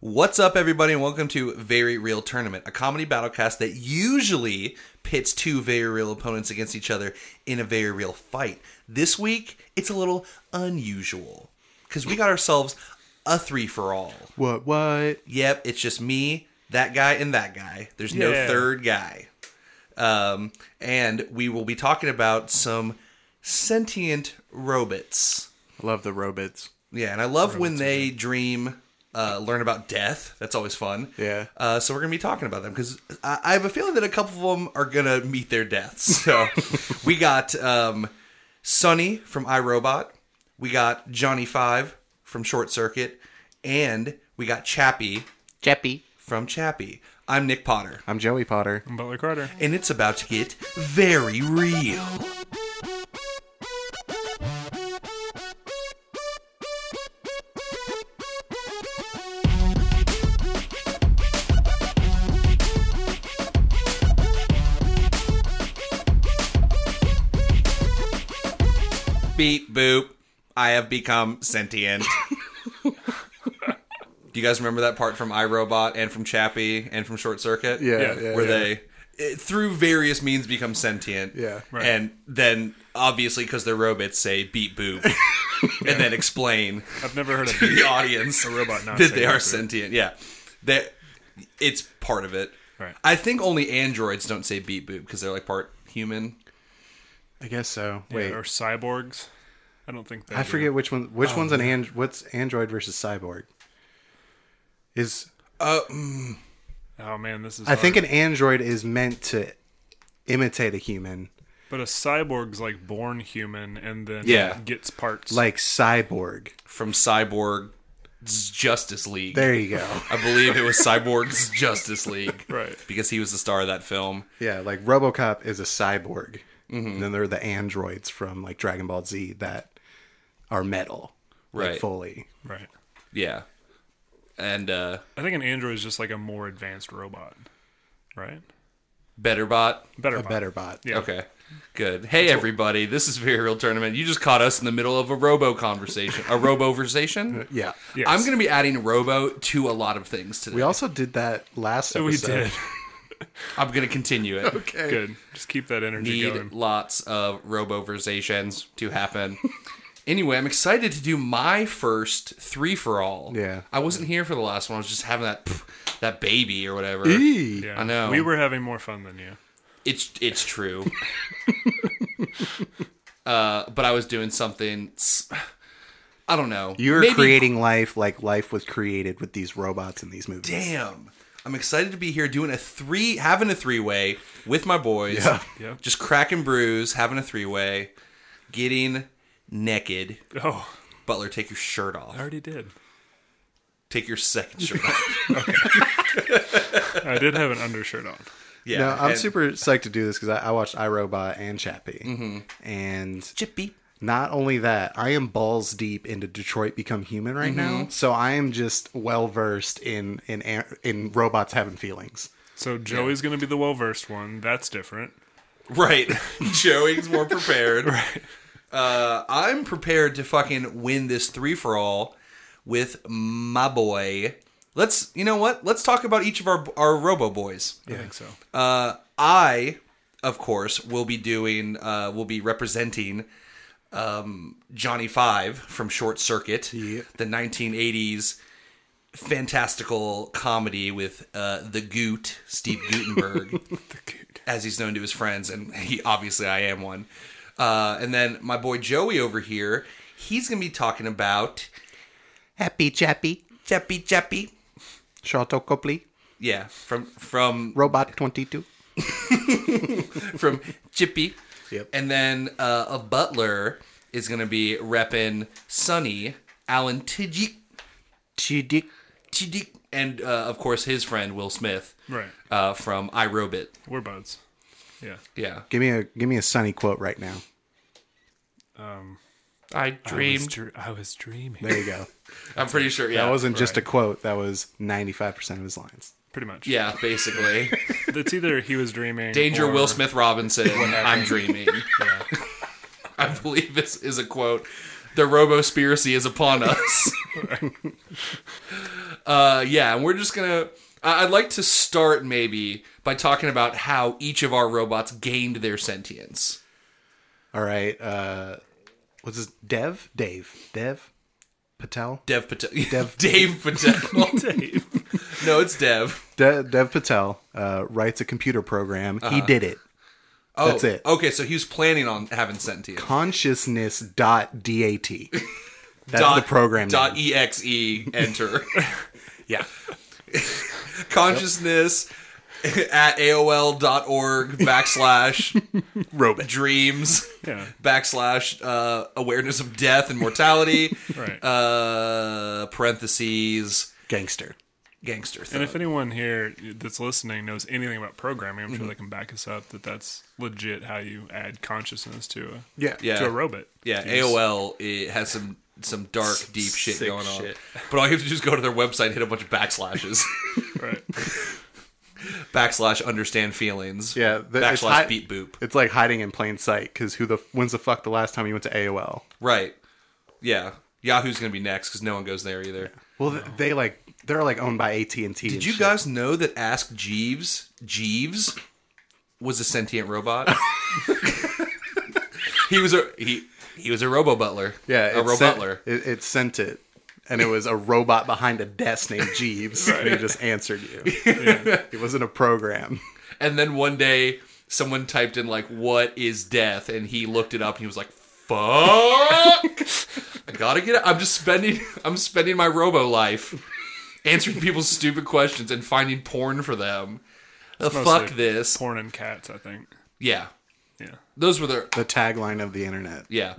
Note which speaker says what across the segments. Speaker 1: What's up, everybody, and welcome to Very Real Tournament, a comedy battlecast that usually pits two very real opponents against each other in a very real fight. This week, it's a little unusual because we got ourselves a three for all.
Speaker 2: What? What?
Speaker 1: Yep, it's just me, that guy, and that guy. There's no
Speaker 2: Yeah.
Speaker 1: third guy. Um, and we will be talking about some sentient robots.
Speaker 2: I love the robots.
Speaker 1: Yeah, and I love when they dream, uh, learn about death. That's always fun.
Speaker 2: Yeah.
Speaker 1: Uh, so we're gonna be talking about them because I, I have a feeling that a couple of them are gonna meet their deaths. So we got um, Sonny from iRobot. We got Johnny Five from Short Circuit, and we got Chappie
Speaker 2: Jeppy.
Speaker 1: from Chappie. I'm Nick Potter,
Speaker 2: I'm Joey Potter.
Speaker 3: I'm Butler Carter.
Speaker 1: and it's about to get very real. Beep boop. I have become sentient. Do you guys remember that part from iRobot and from Chappie and from Short Circuit?
Speaker 2: Yeah,
Speaker 3: Yeah.
Speaker 2: yeah,
Speaker 1: where
Speaker 2: yeah.
Speaker 1: they it, eh, through various means become sentient.
Speaker 2: Yeah.
Speaker 3: Right.
Speaker 1: And then obviously because they're robots say beep boop and then explain
Speaker 3: I've never heard of
Speaker 1: to the audience
Speaker 3: a robot not
Speaker 1: that
Speaker 3: saying
Speaker 1: they are
Speaker 3: beep.
Speaker 1: sentient. Yeah. That it's part of it.
Speaker 3: Right.
Speaker 1: I think only androids don't say beep boop because they're like part human.
Speaker 2: I guess so.
Speaker 3: Yeah,
Speaker 2: Wait,
Speaker 3: or Oh, cyborgs. I don't think they
Speaker 2: I
Speaker 3: do.
Speaker 2: forget which one. Which one's an and, What's Android versus Cyborg? Is
Speaker 3: Oh man, this is.
Speaker 2: I think an Android is meant to imitate a human,
Speaker 3: but a cyborg's like born human and then
Speaker 1: Yeah.
Speaker 3: gets parts.
Speaker 2: like Cyborg.
Speaker 1: From Cyborg's Justice League.
Speaker 2: There you go.
Speaker 1: I believe it was Cyborg's Justice League.
Speaker 3: Right.
Speaker 1: Because he was the star of that film.
Speaker 2: yeah, like RoboCop is a cyborg. And then there are the androids from like Dragon Ball Z that are metal, like,
Speaker 1: Right.
Speaker 2: fully.
Speaker 3: right.
Speaker 1: Yeah. And uh
Speaker 3: I think an android is just like a more advanced robot, right?
Speaker 1: Betterbot.
Speaker 3: Better.
Speaker 2: A
Speaker 3: bot.
Speaker 2: better bot.
Speaker 3: Yeah.
Speaker 1: Okay. Good. Hey everybody, this is Very Real Tournament. You just caught us in the middle of a robo conversation. A robo versation?
Speaker 2: Yeah.
Speaker 3: Yes.
Speaker 1: I'm gonna be adding robo to a lot of things today.
Speaker 2: We also did that last
Speaker 3: We
Speaker 2: episode.
Speaker 3: did.
Speaker 1: I'm gonna continue it.
Speaker 2: Okay.
Speaker 3: Good. Just keep that energy
Speaker 1: Need
Speaker 3: going.
Speaker 1: lots of roboversations to happen. anyway, I'm excited to do my first three for all.
Speaker 2: Yeah.
Speaker 1: I wasn't here for the last one. I was just having that pff, that baby or whatever.
Speaker 2: Eee.
Speaker 3: Yeah.
Speaker 1: I know.
Speaker 3: We were having more fun than you.
Speaker 1: It's it's true. uh, but I was doing something. s- I don't know.
Speaker 2: You're
Speaker 1: Maybe-
Speaker 2: creating life like life was created with these robots in these movies.
Speaker 1: Damn. I'm excited to be here doing a three, having a three way with my boys.
Speaker 2: Yeah.
Speaker 3: Yeah.
Speaker 1: Just cracking brews, having a three way, getting naked.
Speaker 3: Oh,
Speaker 1: Butler, take your shirt off.
Speaker 3: I already did.
Speaker 1: Take your second shirt off.
Speaker 3: I did have an undershirt on.
Speaker 1: Yeah.
Speaker 2: No, I'm
Speaker 1: and-
Speaker 2: super psyched to do this because I, I watched iRobot and Chappie.
Speaker 1: Mm-hmm.
Speaker 2: And
Speaker 1: chippy.
Speaker 2: not only that, I am balls deep into Detroit Become Human right
Speaker 1: Mm-hmm.
Speaker 2: now. So I am just well versed in, in a- in robots having feelings.
Speaker 3: So Joey's gonna be the well versed one. That's different.
Speaker 1: Right. Joey's more prepared. right. Uh, I'm prepared to fucking win this three for all with my boy. Let's, you know what? Let's talk about each of our our Robo boys.
Speaker 3: I think so.
Speaker 1: Uh, I, of course, will be doing, uh, will be representing um, Johnny Five from Short Circuit,
Speaker 2: Yeah.
Speaker 1: the 1980s fantastical comedy with uh, the Goot, Steve Gutenberg, as he's known to his friends, and he obviously I am one. Uh, and then my boy Joey over here, he's going to be talking about
Speaker 2: Happy Chappie.
Speaker 1: Chappy Chappy.
Speaker 2: Shoto Copley.
Speaker 1: Yeah, from from
Speaker 2: Robot 22.
Speaker 1: from Chippy.
Speaker 2: Yep.
Speaker 1: And then uh, a butler is going to be repping Sonny, Alan Tidjik,
Speaker 2: Chidik.
Speaker 1: Tidjik, and uh, of course his friend Will Smith
Speaker 3: Right.
Speaker 1: uh, from iRobot.
Speaker 3: We're buds. Yeah.
Speaker 1: Yeah.
Speaker 2: Give me a give me a sunny quote right now.
Speaker 1: I
Speaker 3: I was,
Speaker 1: dreamed.
Speaker 3: dr- I was dreaming.
Speaker 2: There you go.
Speaker 1: I'm pretty sure. Yeah.
Speaker 2: That wasn't just a quote. That was 95% of his lines.
Speaker 3: Pretty much.
Speaker 1: Yeah, basically.
Speaker 3: It's either he was dreaming.
Speaker 1: Danger
Speaker 3: or-
Speaker 1: Will Smith Robinson. I'm dreaming. I believe this is a quote. The Robospiracy is upon us. Uh, yeah, and we're just gonna. I- I'd like to start maybe by talking about how each of our robots gained their sentience.
Speaker 2: All right. Uh, what's his Dev? Dave? Dev? Patel?
Speaker 1: Dev Patel.
Speaker 2: Dev-
Speaker 1: Dave Patel.
Speaker 3: Dave.
Speaker 1: no, it's Dev.
Speaker 2: De- Dev Patel uh, writes a computer program. He did it.
Speaker 1: Oh,
Speaker 2: That's it.
Speaker 1: Okay, so he was planning on having sentience.
Speaker 2: Consciousness.dat. That's the program.
Speaker 1: Dot
Speaker 2: name.
Speaker 1: exe. Enter.
Speaker 2: yeah.
Speaker 1: Consciousness at AOL.org backslash
Speaker 2: Robot.
Speaker 1: dreams
Speaker 3: Yeah.
Speaker 1: backslash uh, awareness of death and mortality.
Speaker 3: Right.
Speaker 1: Uh, parentheses
Speaker 2: Gangster.
Speaker 1: gangster.
Speaker 3: and
Speaker 1: Thug.
Speaker 3: if anyone here that's listening knows anything about programming, I'm
Speaker 1: Mm-hmm.
Speaker 3: sure they can back us up that that's legit how you add consciousness to a
Speaker 2: Yeah.
Speaker 1: Yeah.
Speaker 3: to a robot.
Speaker 1: Yeah,
Speaker 3: You just-
Speaker 1: AOL it has some some dark, deep shit
Speaker 2: sick
Speaker 1: going on.
Speaker 2: shit.
Speaker 1: But all you have to do is go to their website, hit a bunch of backslashes,
Speaker 3: Right.
Speaker 1: backslash understand feelings,
Speaker 2: Yeah, the-
Speaker 1: backslash
Speaker 2: it's hi-
Speaker 1: beat boop,
Speaker 2: It's like hiding in plain sight because who the when's the fuck the last time you went to AOL?
Speaker 1: right? Yeah, Yahoo's gonna be next because no one goes there either.
Speaker 2: Well, th- they like they're like owned by AT and T.
Speaker 1: Did you guys know that Ask Jeeves Jeeves was a sentient robot? he was a he he was a robo butler.
Speaker 2: Yeah,
Speaker 1: a
Speaker 2: it
Speaker 1: robo
Speaker 2: sent-
Speaker 1: butler.
Speaker 2: It, it sent it, and it was a robot behind a desk named Jeeves, and he just answered you. It wasn't a program.
Speaker 1: And then one day, someone typed in like, "What is death?" and he looked it up, and he was like, "Fuck! I gotta get it. I'm just spending. I'm spending my robo life answering people's stupid questions and finding porn for them. The fuck
Speaker 3: Mostly
Speaker 1: this.
Speaker 3: Porn and cats, I think.
Speaker 1: Yeah,
Speaker 3: Yeah.
Speaker 1: those were the
Speaker 2: The tagline of the internet.
Speaker 1: yeah.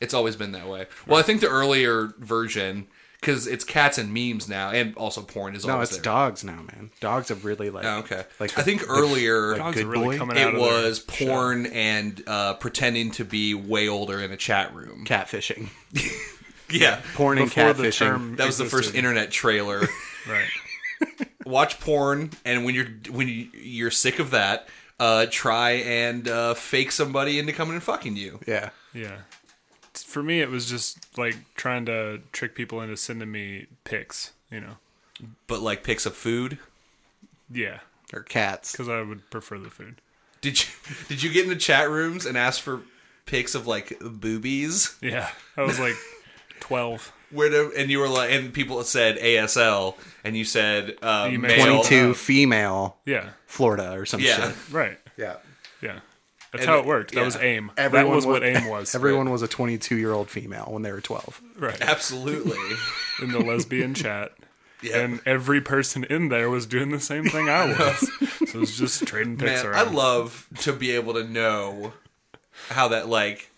Speaker 1: It's always been that way. Well, I think the earlier version, because it's cats and memes now, and also porn is
Speaker 2: No,
Speaker 1: always
Speaker 2: it's
Speaker 1: there.
Speaker 2: dogs now, man. Dogs have really like.
Speaker 1: Oh, okay.
Speaker 2: Like
Speaker 1: I think earlier
Speaker 3: Dogs
Speaker 2: Good
Speaker 3: are really
Speaker 2: boy?
Speaker 3: coming out
Speaker 1: it
Speaker 3: of
Speaker 1: was porn and uh, pretending to be way older in a chat room.
Speaker 2: catfishing,
Speaker 1: Yeah,
Speaker 2: porn
Speaker 3: their,
Speaker 2: and
Speaker 3: before
Speaker 2: catfishing.
Speaker 3: the term
Speaker 1: that was the first
Speaker 3: existed.
Speaker 1: internet trailer.
Speaker 3: Right.
Speaker 1: Watch porn, and when you're when you, you're sick of that, uh, try and uh, fake somebody into coming and fucking you.
Speaker 2: Yeah,
Speaker 3: Yeah. For me, it was just like trying to trick people into sending me pics, you know.
Speaker 1: But like pics of food.
Speaker 3: Yeah.
Speaker 2: or cats.
Speaker 3: Because I would prefer the food.
Speaker 1: Did you did you get into chat rooms and ask for pics of like boobies?
Speaker 3: Yeah. I was like 12.
Speaker 1: Where do, and you were like, and people said ASL, and you said uh,
Speaker 3: You made-
Speaker 1: male.
Speaker 2: Twenty-two female,
Speaker 3: Yeah.
Speaker 2: Florida or some
Speaker 1: Yeah.
Speaker 2: shit.
Speaker 3: Right.
Speaker 2: Yeah.
Speaker 3: Yeah. That's how it worked. That
Speaker 1: yeah.
Speaker 3: was aim.
Speaker 2: Everyone
Speaker 3: that was
Speaker 2: wa-
Speaker 3: what aim was.
Speaker 2: Everyone was a 22 year old female when they were 12.
Speaker 3: Right.
Speaker 1: Absolutely.
Speaker 3: In the lesbian chat.
Speaker 1: Yeah.
Speaker 3: And every person in there was doing the same thing I was. so it was just trading pics
Speaker 1: Man, I
Speaker 3: around.
Speaker 1: love to be able to know how that like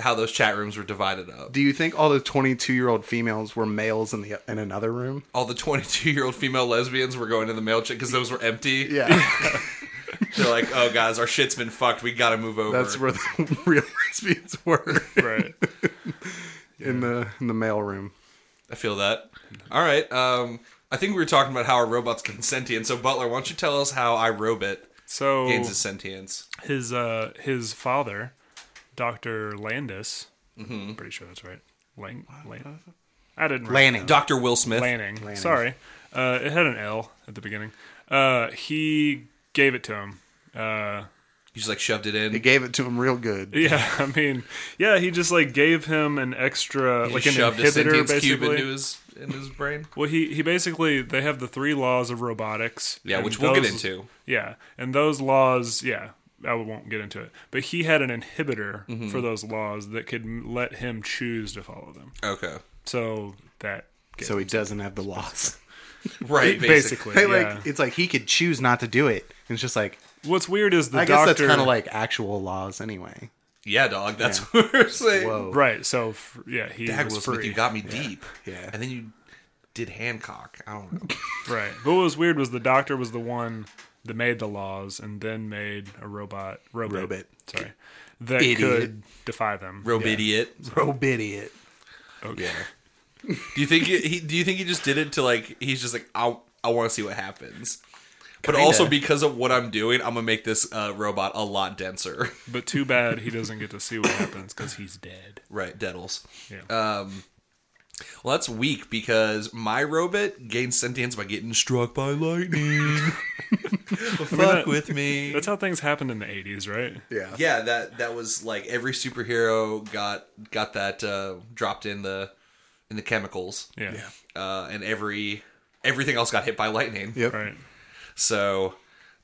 Speaker 1: how those chat rooms were divided up.
Speaker 2: Do you think all the 22 year old females were males in the in another room?
Speaker 1: All the 22 year old female lesbians were going to the mail chat because those were empty.
Speaker 2: Yeah,
Speaker 1: They're like, oh guys, our shit's been fucked. We gotta move over.
Speaker 2: that's where the real lesbians were
Speaker 3: right.
Speaker 2: in the in the male room.
Speaker 1: I feel that. All right. Um, I think we were talking about how our robots gain sentience. So Butler, why don't you tell us how iRobot
Speaker 3: So
Speaker 1: gains its sentience?
Speaker 3: his uh his father, Doctor Landis. I'm pretty sure that's right. Lang, Lang- I didn't. write
Speaker 2: Lanning.
Speaker 1: Doctor Will Smith.
Speaker 3: Lanning. Sorry, uh, it had an L at the beginning. Uh, he gave it to him. Uh,
Speaker 1: You just like shoved it in.
Speaker 2: They gave it to him real good.
Speaker 3: yeah, I mean, yeah, he just like gave him an extra, like an
Speaker 1: shoved a
Speaker 3: inhibitor,
Speaker 1: sentience cube
Speaker 3: basically.
Speaker 1: into his in his brain.
Speaker 3: well, he he basically they have the three laws of robotics.
Speaker 1: Yeah,
Speaker 3: and
Speaker 1: which we'll get
Speaker 3: those-
Speaker 1: into.
Speaker 3: Yeah, and those laws, yeah, I won't get into it. But he had an inhibitor
Speaker 1: Mm-hmm.
Speaker 3: for those laws that could m- let him choose to follow them.
Speaker 1: Okay.
Speaker 3: So that gets
Speaker 2: So he doesn't have the loss.
Speaker 1: Right.
Speaker 3: basically,
Speaker 2: They
Speaker 3: yeah.
Speaker 2: like it's like he could choose not to do it. And it's just like
Speaker 3: What's weird is the
Speaker 2: I guess
Speaker 3: doctor.
Speaker 2: that's kind of like actual laws anyway.
Speaker 1: Yeah, dog. That's what we're saying.
Speaker 2: Whoa.
Speaker 3: right. So f- yeah, he
Speaker 1: Dag
Speaker 3: was
Speaker 1: Will
Speaker 3: free.
Speaker 1: Smith, you got me deep.
Speaker 2: Yeah.
Speaker 1: And then you did Hancock. I don't know.
Speaker 3: right. But what was weird was the doctor was the one that made the laws and then made a robot. Robot.
Speaker 2: Robot.
Speaker 3: Sorry. That
Speaker 2: Idiot.
Speaker 3: could defy them.
Speaker 1: Robe
Speaker 3: Yeah.
Speaker 1: idiot.
Speaker 2: Robe idiot.
Speaker 1: Yeah. do you think he? Do you think he just did it to like? He's just like I. I want to see what happens. But
Speaker 2: Kinda.
Speaker 1: also because of what I'm doing, I'm gonna make this uh, robot a lot denser.
Speaker 3: But too bad he doesn't get to see what happens because he's dead.
Speaker 1: right, Deadles.
Speaker 3: Yeah.
Speaker 1: Um, Well, that's weak because my robot gains sentience by getting struck by lightning. Fuck
Speaker 3: that-
Speaker 1: with me.
Speaker 3: That's how things happened in the 80s, right?
Speaker 2: Yeah.
Speaker 1: yeah, that that was like every superhero got got that uh, dropped in the in the chemicals,
Speaker 3: Yeah.
Speaker 1: uh, and every everything else got hit by lightning.
Speaker 2: Yep.
Speaker 3: Right.
Speaker 1: So,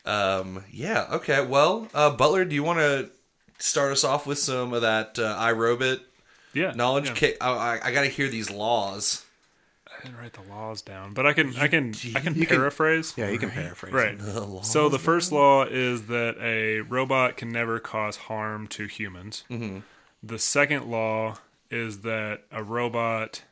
Speaker 1: um, yeah, okay. Well, uh, Butler, do you want to start us off with some of that uh, iRobot
Speaker 3: Yeah.
Speaker 1: knowledge?
Speaker 3: Yeah.
Speaker 1: Ki- I, I, I got to hear these laws.
Speaker 3: I didn't write the laws down, but I can I can I can paraphrase.
Speaker 2: Yeah, you can paraphrase.
Speaker 3: Right. So the first law is that a robot can never cause harm to humans. Mm-hmm. The second law is that a robot.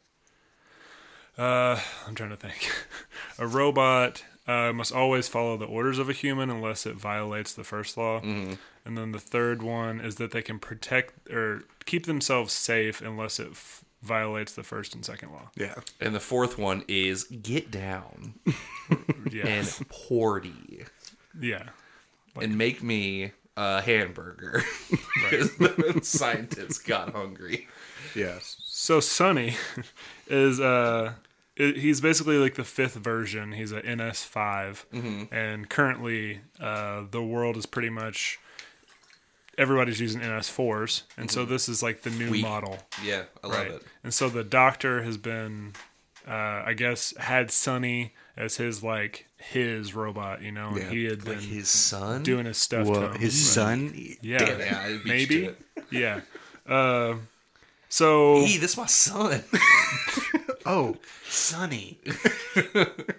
Speaker 3: Uh, I'm trying to think. a robot uh, must always follow the orders of a human unless it violates the first law. And then the third one is that they can protect or keep themselves safe unless it f- violates the first and second law.
Speaker 2: Yeah.
Speaker 1: And the fourth one is get down
Speaker 3: Yeah.
Speaker 1: and porty
Speaker 3: yeah.
Speaker 1: and make me a hamburger because the scientists got hungry.
Speaker 2: Yeah.
Speaker 3: So Sonny is uh i- he's basically like the fifth version. He's a NS5
Speaker 1: Mm-hmm.
Speaker 3: and currently uh the world is pretty much everybody's using NS4s and so this is like the new
Speaker 1: Mm-hmm. Weak.
Speaker 3: model.
Speaker 1: Yeah, I love
Speaker 3: Right.
Speaker 1: it.
Speaker 3: And so the doctor has been uh I guess had Sonny as his like his robot, you know, and
Speaker 2: Yeah,
Speaker 3: he had been
Speaker 1: Like his son.
Speaker 3: doing his stuff to
Speaker 2: Well,
Speaker 3: him.
Speaker 2: his son.
Speaker 3: yeah,
Speaker 1: Damn, yeah, I beat you
Speaker 3: maybe.
Speaker 1: to it.
Speaker 3: Yeah. Uh so
Speaker 1: Hey, this my son.
Speaker 2: Oh, Sonny.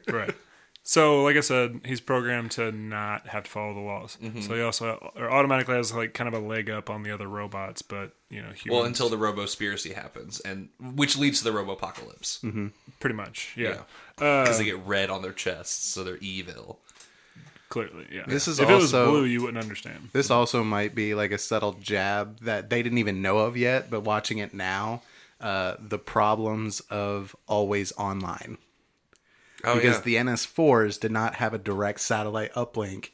Speaker 3: right. So, like I said, he's programmed to not have to follow the laws. So he also or automatically has like kind of a leg up on the other robots, but you know, humans,
Speaker 1: well, until the Robospiracy happens, and which leads to the Robopocalypse.
Speaker 3: pretty much, Mm-hmm. yeah, Uh,
Speaker 1: because they get red on their chests, so they're evil.
Speaker 3: clearly, yeah.
Speaker 2: This is
Speaker 3: if it
Speaker 2: also-
Speaker 3: was blue, you wouldn't understand.
Speaker 2: This also might be like a subtle jab that they didn't even know of yet, but watching it now, uh, the problems of always online.
Speaker 1: Oh
Speaker 2: because the NS4s did not have a direct satellite uplink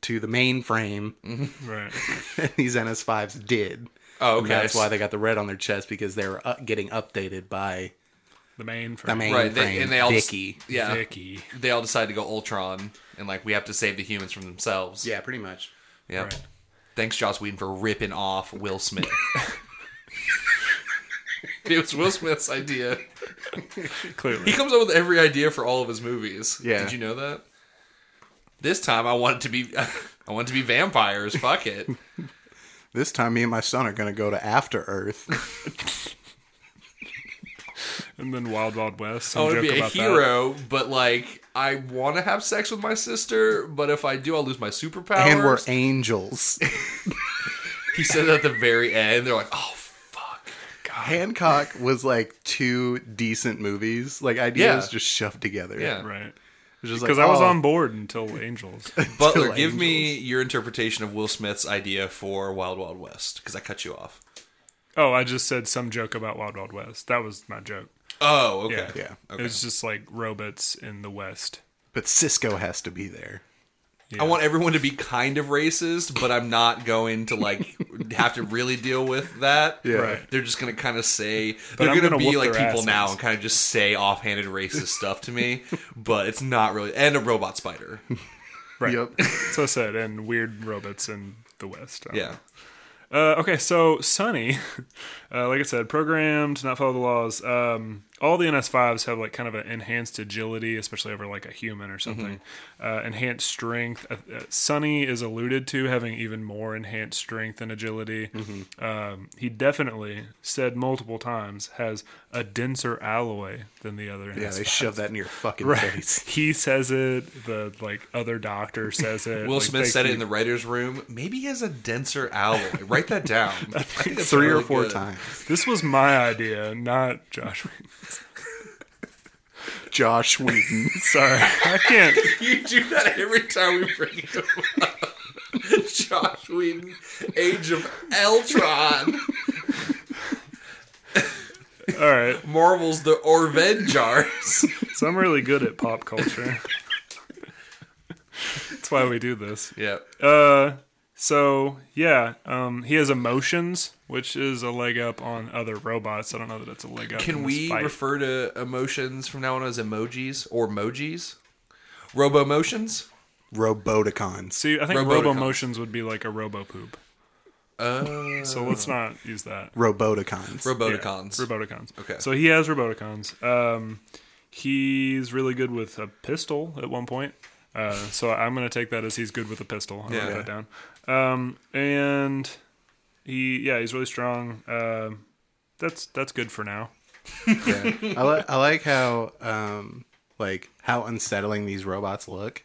Speaker 2: to the mainframe.
Speaker 3: Right,
Speaker 2: These NS5s did.
Speaker 1: Oh,
Speaker 2: And
Speaker 1: okay.
Speaker 2: that's why they got the red on their chest because they were uh, getting updated by
Speaker 3: the main,
Speaker 2: the mainframe.
Speaker 1: right. They, and they all just-
Speaker 2: Vicky.
Speaker 1: yeah,
Speaker 3: Vicky.
Speaker 1: they all decide to go Ultron, and like we have to save the humans from themselves.
Speaker 2: Yeah, pretty much.
Speaker 1: Yep.
Speaker 3: Right.
Speaker 1: Thanks, Joss Whedon, for ripping off Will Smith. it was Will Smith's idea. He
Speaker 3: Clearly,
Speaker 1: comes up with every idea for all of his movies.
Speaker 2: Yeah.
Speaker 1: Did you know that? This time I want it to be I want it to be vampires. Fuck it.
Speaker 2: This time, me and my son are going to go to After Earth.
Speaker 3: and then Wild Wild West.
Speaker 1: I
Speaker 3: and
Speaker 1: want to
Speaker 3: joke
Speaker 1: Oh, be a
Speaker 3: about that.
Speaker 1: hero, but like I want to have sex with my sister, but if I do, I'll lose my superpowers.
Speaker 2: and we're angels.
Speaker 1: he said at the very end, they're like, "Oh fuck."
Speaker 2: Hancock was like two decent movies, like ideas
Speaker 1: Yeah.
Speaker 2: just shoved together.
Speaker 1: Yeah.
Speaker 3: Right,
Speaker 2: Because
Speaker 3: because I was on board until Angels.
Speaker 1: Butler,
Speaker 2: Still
Speaker 1: give me your interpretation of Will Smith's idea for Wild Wild West because I cut you off.
Speaker 3: oh, I just said some joke about Wild Wild West. That was my joke.
Speaker 1: Oh, okay.
Speaker 3: Yeah.
Speaker 2: Yeah.
Speaker 1: Okay.
Speaker 3: It was just like robots in the West.
Speaker 2: But Cisco has to be there.
Speaker 1: I want everyone to be kind of racist, but I'm not going to like have to really deal with that. Yeah.
Speaker 3: Right.
Speaker 1: They're just gonna kind of say
Speaker 3: But
Speaker 1: they're
Speaker 3: I'm
Speaker 1: gonna,
Speaker 3: gonna
Speaker 1: be
Speaker 3: whoop
Speaker 1: like
Speaker 3: their
Speaker 1: people now
Speaker 3: asses.
Speaker 1: and kind of just say offhanded racist stuff to me, but it's not really. And a robot spider.
Speaker 3: Right.
Speaker 2: Yep.
Speaker 3: so I said, and weird robots in the West. I don't
Speaker 1: Yeah.
Speaker 3: know. Uh, okay, so Sonny, uh, like I said, programmed, not follow the laws. Um, all the NS5s have like kind of an enhanced agility, especially over like a human or something.
Speaker 1: Mm-hmm.
Speaker 3: Uh, enhanced strength. Uh, uh, Sonny is alluded to having even more enhanced strength and agility.
Speaker 1: Mm-hmm.
Speaker 3: Um, he definitely said multiple times has a denser alloy than the other.
Speaker 2: Yeah,
Speaker 3: NS5s.
Speaker 2: they shove that in your fucking face.
Speaker 3: He says it. The like other doctor says it.
Speaker 1: Will
Speaker 3: like,
Speaker 1: Smith
Speaker 3: they
Speaker 1: said it
Speaker 3: keep-
Speaker 1: in the writers' room. Maybe he has a denser alloy. Write that down. I think that's
Speaker 2: Three or
Speaker 1: really
Speaker 2: four
Speaker 1: good.
Speaker 2: times.
Speaker 3: This was my idea, not Josh. Whedon.
Speaker 2: Josh Wheaton.
Speaker 3: Sorry, I can't.
Speaker 1: You do that every time we bring him up. Josh Whedon, Age of Eltron,
Speaker 3: All right,
Speaker 1: Marvel's The Orvengers.
Speaker 3: so I'm really good at pop culture. That's why we do this.
Speaker 1: Yeah.
Speaker 3: Uh, So yeah, um, he has emotions, which is a leg up on other robots. I don't know that it's a leg up. in
Speaker 1: Can
Speaker 3: this
Speaker 1: we
Speaker 3: fight.
Speaker 1: refer to emotions from now on as emojis or mojis? Robo motions?
Speaker 2: Roboticons.
Speaker 3: see? I think
Speaker 1: Roboticons.
Speaker 3: Robo Motions would be like a Robo Poop.
Speaker 1: Uh,
Speaker 3: So let's not use that.
Speaker 2: Roboticons.
Speaker 3: Yeah,
Speaker 1: Roboticons.
Speaker 3: Roboticons.
Speaker 1: Okay.
Speaker 3: So he has Roboticons. Um, he's really good with a pistol at one point. Uh, so I'm going to take that as he's good with a pistol. I'll
Speaker 1: Yeah.
Speaker 3: write that down. Um, and he, yeah, he's really strong. Um that's that's good for now.
Speaker 2: I, li- I like how um, like how unsettling these robots look,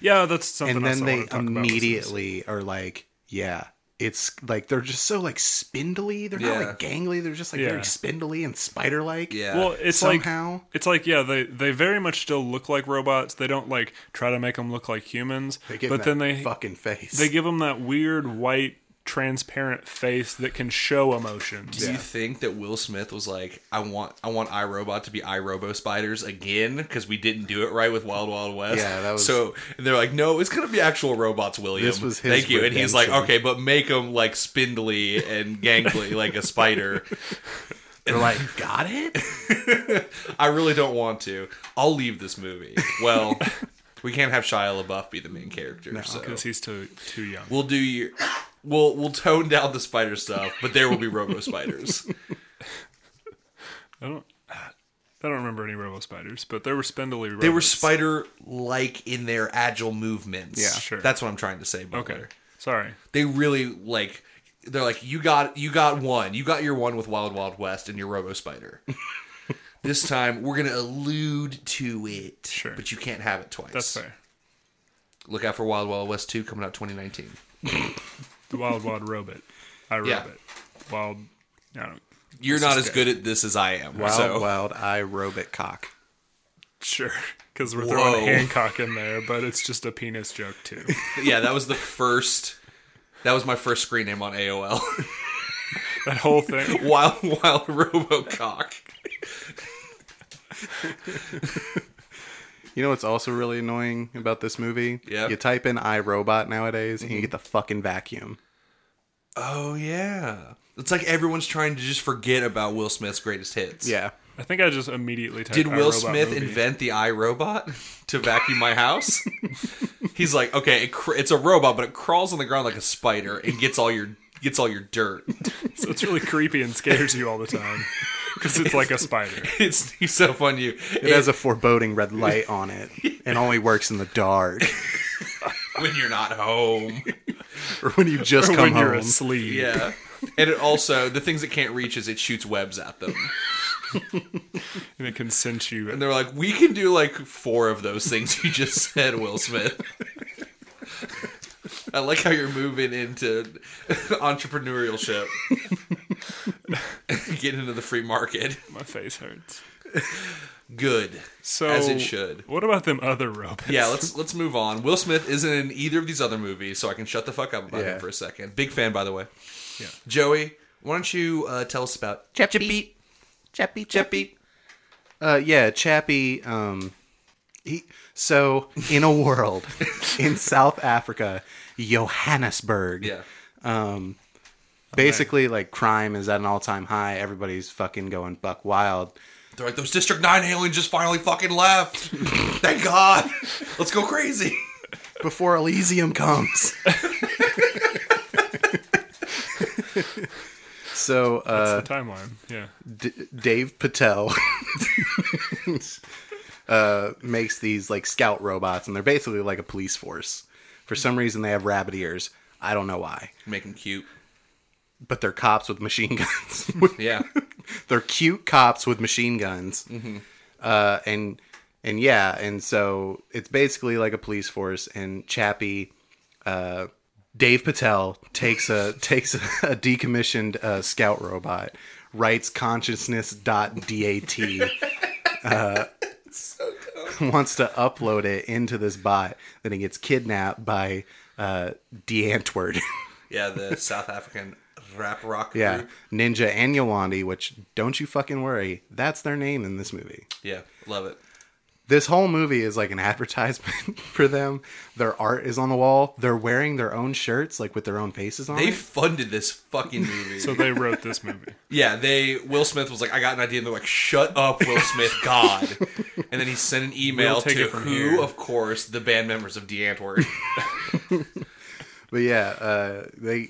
Speaker 3: Yeah, that's something.
Speaker 2: and
Speaker 3: else
Speaker 2: then
Speaker 3: I
Speaker 2: they
Speaker 3: wanna talk about with this.
Speaker 2: immediately are like, yeah. It's like they're just so like spindly. They're not
Speaker 1: Yeah.
Speaker 2: like gangly. They're just like
Speaker 3: Yeah.
Speaker 2: very spindly and spider like.
Speaker 1: Yeah.
Speaker 3: Well, it's like
Speaker 2: somehow.
Speaker 3: it's like yeah, they they very much still look like robots. They don't like try to make them look like humans,
Speaker 2: They get in
Speaker 3: but
Speaker 2: that
Speaker 3: then they
Speaker 2: fucking face.
Speaker 3: they give them that weird white transparent face that can show emotions.
Speaker 1: Do you think that Will Smith was like, I want I want iRobot to be iRobo spiders again because we didn't do it right with Wild Wild West?
Speaker 2: Yeah, that was-
Speaker 1: So and they're like, no, it's gonna be actual robots, William.
Speaker 2: This was his
Speaker 1: Thank you. And he's like,
Speaker 2: redemption.
Speaker 1: okay, but make them like spindly and gangly like a spider.
Speaker 2: They're like, got it.
Speaker 1: I really don't want to. I'll leave this movie. Well, we can't have Shia LaBeouf be the main character. so
Speaker 3: Because he's too too young.
Speaker 1: we'll do your. We'll we'll tone down the spider stuff, but there will be Robo spiders.
Speaker 3: I don't I don't remember any Robo spiders, but there were spindly. Robots.
Speaker 1: They were spider like in their agile movements.
Speaker 3: Yeah. Sure.
Speaker 1: That's what I'm trying to say. Butler.
Speaker 3: Okay, sorry.
Speaker 1: They really like. They're like you got you got one. You got your one with Wild Wild West and your Robo Spider. this time we're gonna allude to it,
Speaker 3: Sure.
Speaker 1: but you can't have it twice.
Speaker 3: That's fair.
Speaker 1: Look out for Wild Wild West two coming out 2019.
Speaker 3: The wild wild robot. I
Speaker 1: Yeah.
Speaker 3: robot. Wild. I don't.
Speaker 1: You're
Speaker 3: This
Speaker 1: not
Speaker 3: is
Speaker 1: as good at this as I am.
Speaker 2: Wild,
Speaker 1: so
Speaker 2: wild eye robot cock.
Speaker 3: Sure. Because we're
Speaker 1: Whoa.
Speaker 3: throwing Hancock in there, but it's just a penis joke too.
Speaker 1: yeah, that was the first. That was my first screen name on AOL.
Speaker 3: that whole thing.
Speaker 1: wild Wild Robocock.
Speaker 2: You know what's also really annoying about this movie?
Speaker 1: Yeah.
Speaker 2: You type in iRobot nowadays and you
Speaker 3: Mm-hmm.
Speaker 2: get the fucking vacuum.
Speaker 1: Oh yeah. It's like everyone's trying to just forget about Will Smith's greatest hits.
Speaker 2: Yeah.
Speaker 3: I think I just immediately typed
Speaker 1: Did
Speaker 3: I,
Speaker 1: Will
Speaker 3: Robot
Speaker 1: Smith
Speaker 3: movie.
Speaker 1: invent the iRobot to vacuum my house? He's like, okay, it cr- it's a robot, but it crawls on the ground like a spider and gets all your gets all your dirt.
Speaker 3: So it's really creepy and scares you all the time because it's like a spider.
Speaker 1: It sneaks up on you.
Speaker 2: It has a foreboding red light on it and only works in the dark
Speaker 1: when you're not home.
Speaker 2: or when you just
Speaker 3: Or
Speaker 2: come
Speaker 3: when you're
Speaker 2: home.
Speaker 3: asleep.
Speaker 1: Yeah. And it also the things it can't reach is it shoots webs at them.
Speaker 3: and it can sense you.
Speaker 1: And they're like, we can do like four of those things you just said, Will Smith. I like how you're moving into entrepreneurship, getting into the free market.
Speaker 3: my face hurts.
Speaker 1: Good,
Speaker 3: So
Speaker 1: as it should.
Speaker 3: What about them other robots?
Speaker 1: Yeah, let's let's move on. Will Smith isn't in either of these other movies, so I can shut the fuck up about
Speaker 2: Yeah.
Speaker 1: him for a second. Big fan, by the way.
Speaker 3: Yeah.
Speaker 1: Joey, why don't you uh, tell us about Cheppy? Cheppy, Cheppy,
Speaker 2: Uh, yeah, Chappie. Um, he, so, in a world in South Africa, Johannesburg,
Speaker 1: Yeah,
Speaker 2: basically, like, crime is at an all time high. Everybody's fucking going buck wild.
Speaker 1: they're like those District Nine aliens just finally fucking left. Thank God. Let's go crazy.
Speaker 2: before Elysium comes. so uh,
Speaker 3: the timeline. Yeah.
Speaker 2: D- Dave Patel uh, makes these like scout robots, and they're basically like a police force. For some reason, they have rabbit ears. I don't know why,
Speaker 1: Make them cute.
Speaker 2: but they're cops with machine guns.
Speaker 1: Yeah.
Speaker 2: they're cute cops with machine guns. Uh, and and yeah, and so it's basically like a police force. And Chappie, uh, Dave Patel takes a takes a, decommissioned uh, scout robot, writes consciousness.dat. Uh, wants to upload it into this bot. Then he gets kidnapped by uh, Deantward.
Speaker 1: Yeah, the South African rap rock
Speaker 2: Yeah,
Speaker 1: group.
Speaker 2: Ninja and Yolandi, which don't you fucking worry, that's their name in this movie.
Speaker 1: Yeah, love it.
Speaker 2: This whole movie is like an advertisement for them. Their art is on the wall. They're wearing their own shirts, like with their own faces on.
Speaker 1: They
Speaker 2: it.
Speaker 1: funded this fucking movie.
Speaker 3: So they wrote this movie.
Speaker 1: yeah, they Will Smith was like, I got an idea, and they're like, Shut up, Will Smith, God. and then he sent an email
Speaker 3: We'll
Speaker 1: to
Speaker 3: take it from
Speaker 1: who,
Speaker 3: here.
Speaker 1: of course, the band members of DeAntwerp.
Speaker 2: But yeah, uh, they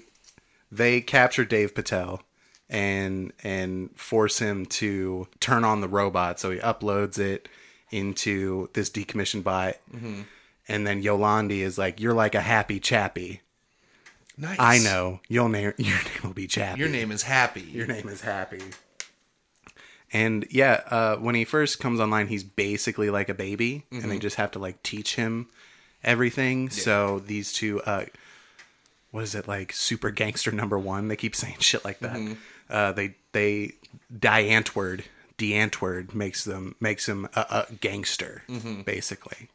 Speaker 2: they capture Dave Patel and and force him to turn on the robot. So he uploads it into this decommissioned bot, and then Yolandi is like, "You're like a happy chappy.
Speaker 1: nice.
Speaker 2: I know your name. Your name will be Chappy.
Speaker 1: Your name is Happy.
Speaker 2: Your name is Happy." And yeah, uh, when he first comes online, he's basically like a baby, and they just have to like teach him everything. So these two, uh, what is it like, super gangster number one? They keep saying shit like that. Uh, they they Diantward, Diantward makes them makes him a, a gangster basically,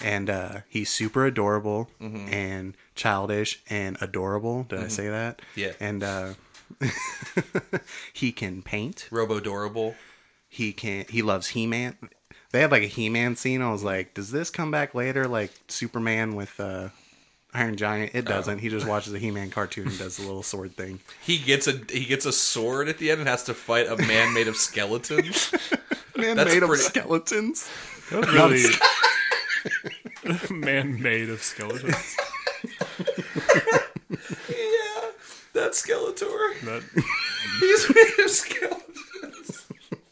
Speaker 2: and uh, he's super adorable and childish and adorable. Did I say that?
Speaker 1: Yeah.
Speaker 2: And uh, he can paint
Speaker 1: Robo Dorable.
Speaker 2: he can he loves he-man they had like a he-man scene i was like does this come back later like superman with uh iron giant
Speaker 1: Oh.
Speaker 2: it doesn't he just watches a he-man cartoon and does the little sword thing
Speaker 1: He gets a he gets a sword at the end and has to fight a man made of skeletons.
Speaker 2: man
Speaker 1: That's
Speaker 2: made of
Speaker 1: pretty-
Speaker 2: skeletons
Speaker 3: That was really man made of skeletons.
Speaker 1: yeah, that's Skeletor.
Speaker 3: That
Speaker 1: He's made of skeletons.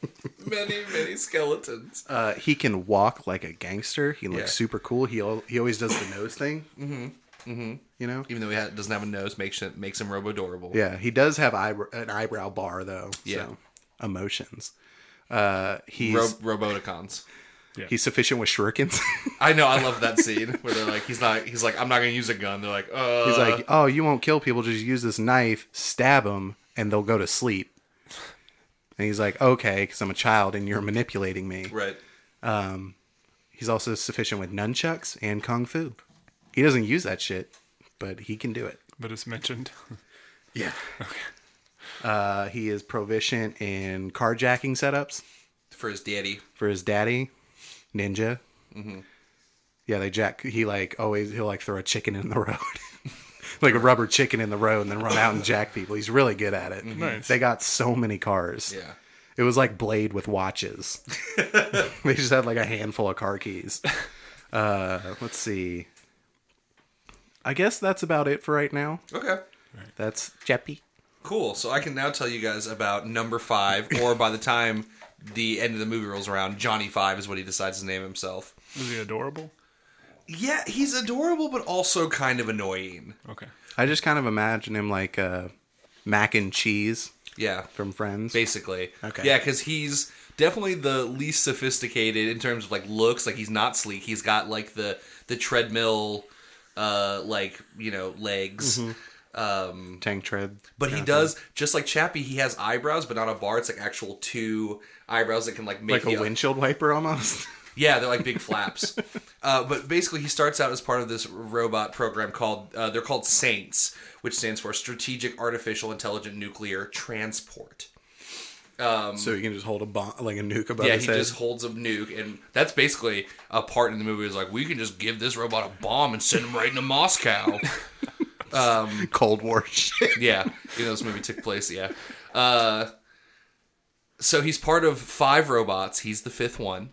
Speaker 1: many, many skeletons.
Speaker 2: uh he can walk like a gangster he looks
Speaker 1: Yeah.
Speaker 2: super cool he al- he always does the nose thing mm-hmm mm-hmm you know
Speaker 1: Even though he ha- doesn't have a nose, makes him, makes him robo adorable.
Speaker 2: Yeah, he does have eyebrow, an eyebrow bar though.
Speaker 1: Yeah.
Speaker 2: So emotions. Uh he's
Speaker 1: Ro- Roboticons.
Speaker 2: he's sufficient with shurikens.
Speaker 1: I know. I love that scene where they're like, he's not. He's like, I'm not gonna use a gun. They're like, uh.
Speaker 2: he's like, "Oh, you won't kill people, just use this knife, stab them and they'll go to sleep." And he's like, "Okay, cuz I'm a child and you're manipulating me."
Speaker 1: right.
Speaker 2: He's also sufficient with nunchucks and kung fu. He doesn't use that shit, but he can do it.
Speaker 3: but it's mentioned.
Speaker 2: Yeah. Uh, he is proficient in carjacking setups.
Speaker 1: For his daddy.
Speaker 2: for his daddy, Ninja. Yeah, they jack. He like always he'll like throw a chicken in the road, like a rubber chicken in the road, and then run out and jack people. He's really good at it.
Speaker 3: Nice.
Speaker 2: They got so many cars.
Speaker 1: Yeah.
Speaker 2: It was like Blade with watches. they just had like a handful of car keys. Uh, let's see. I guess that's about it for right now.
Speaker 1: Okay.
Speaker 2: That's Jeppy.
Speaker 1: Cool. So I can now tell you guys about number five, or by the time the end of the movie rolls around, Johnny Five is what he decides to name himself.
Speaker 3: Is he adorable?
Speaker 1: Yeah, he's adorable, but also kind of annoying.
Speaker 3: Okay.
Speaker 2: I just kind of imagine him like uh, mac and cheese
Speaker 1: Yeah.
Speaker 2: from Friends.
Speaker 1: basically.
Speaker 2: Okay.
Speaker 1: Yeah, because he's definitely the least sophisticated in terms of like looks. Like he's not sleek. He's got like the the treadmill, uh, like you know legs.
Speaker 2: Mm-hmm.
Speaker 1: Um,
Speaker 2: Tank tread.
Speaker 1: but he does just like Chappie. He has eyebrows, but not a bar. It's like actual two eyebrows that can like make
Speaker 2: like a
Speaker 1: the-
Speaker 2: windshield wiper almost.
Speaker 1: Yeah, they're like big flaps. Uh, but basically, he starts out as part of this robot program called uh, they're called Saints, which stands for Strategic Artificial Intelligent Nuclear Transport.
Speaker 2: so he can just hold a bomb, like a nuke above
Speaker 1: Um, Yeah,
Speaker 2: his
Speaker 1: he
Speaker 2: head.
Speaker 1: just holds a nuke, and that's basically a part in the movie. Is like we can just give this robot a bomb and send him right into Moscow.
Speaker 2: Cold War shit.
Speaker 1: yeah, even though this movie took place, yeah. Uh, so he's part of five robots. He's the fifth one,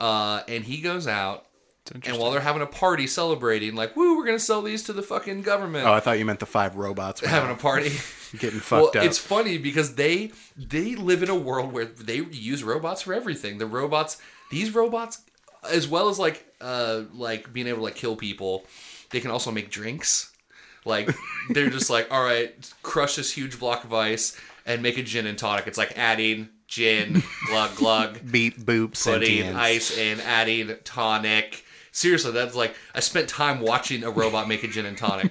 Speaker 1: uh, and he goes out.
Speaker 3: interesting.
Speaker 1: And while they're having a party celebrating, like, woo, we're gonna sell these to the fucking government.
Speaker 2: Oh, I thought you meant the five robots were
Speaker 1: having a party.
Speaker 2: getting fucked
Speaker 1: well,
Speaker 2: up.
Speaker 1: It's funny because they they live in a world where they use robots for everything. The robots, these robots, as well as like uh like being able to like kill people, they can also make drinks. Like they're just like, all right, crush this huge block of ice and make a gin and tonic. It's like adding gin, glug glug,
Speaker 2: Beep boop
Speaker 1: putting
Speaker 2: sentience.
Speaker 1: ice in, adding tonic. Seriously, that's like I spent time watching a robot make a gin and tonic.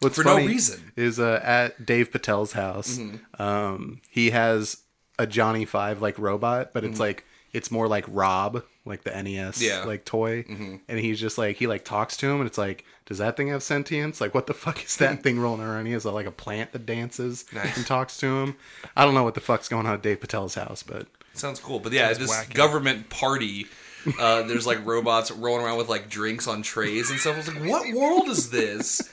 Speaker 2: What's
Speaker 1: for no
Speaker 2: funny
Speaker 1: reason. Mm-hmm.
Speaker 2: is uh, at Dave Patel's house. Um, he has a Johnny Five like robot, but it's like it's more like Rob, like the NES
Speaker 1: Mm-hmm. Yeah. Mm-hmm.
Speaker 2: like toy, and he's just like he like talks to him, and it's like, does that thing have sentience? Like, what the fuck is that thing rolling around? He has like a plant that dances and talks to him. I don't know what the fuck's going on at Dave Patel's house, but
Speaker 1: Sounds cool, but yeah, this
Speaker 3: wacky.
Speaker 1: government party Uh, there's like robots rolling around with like drinks on trays and stuff. I was like, what world is this?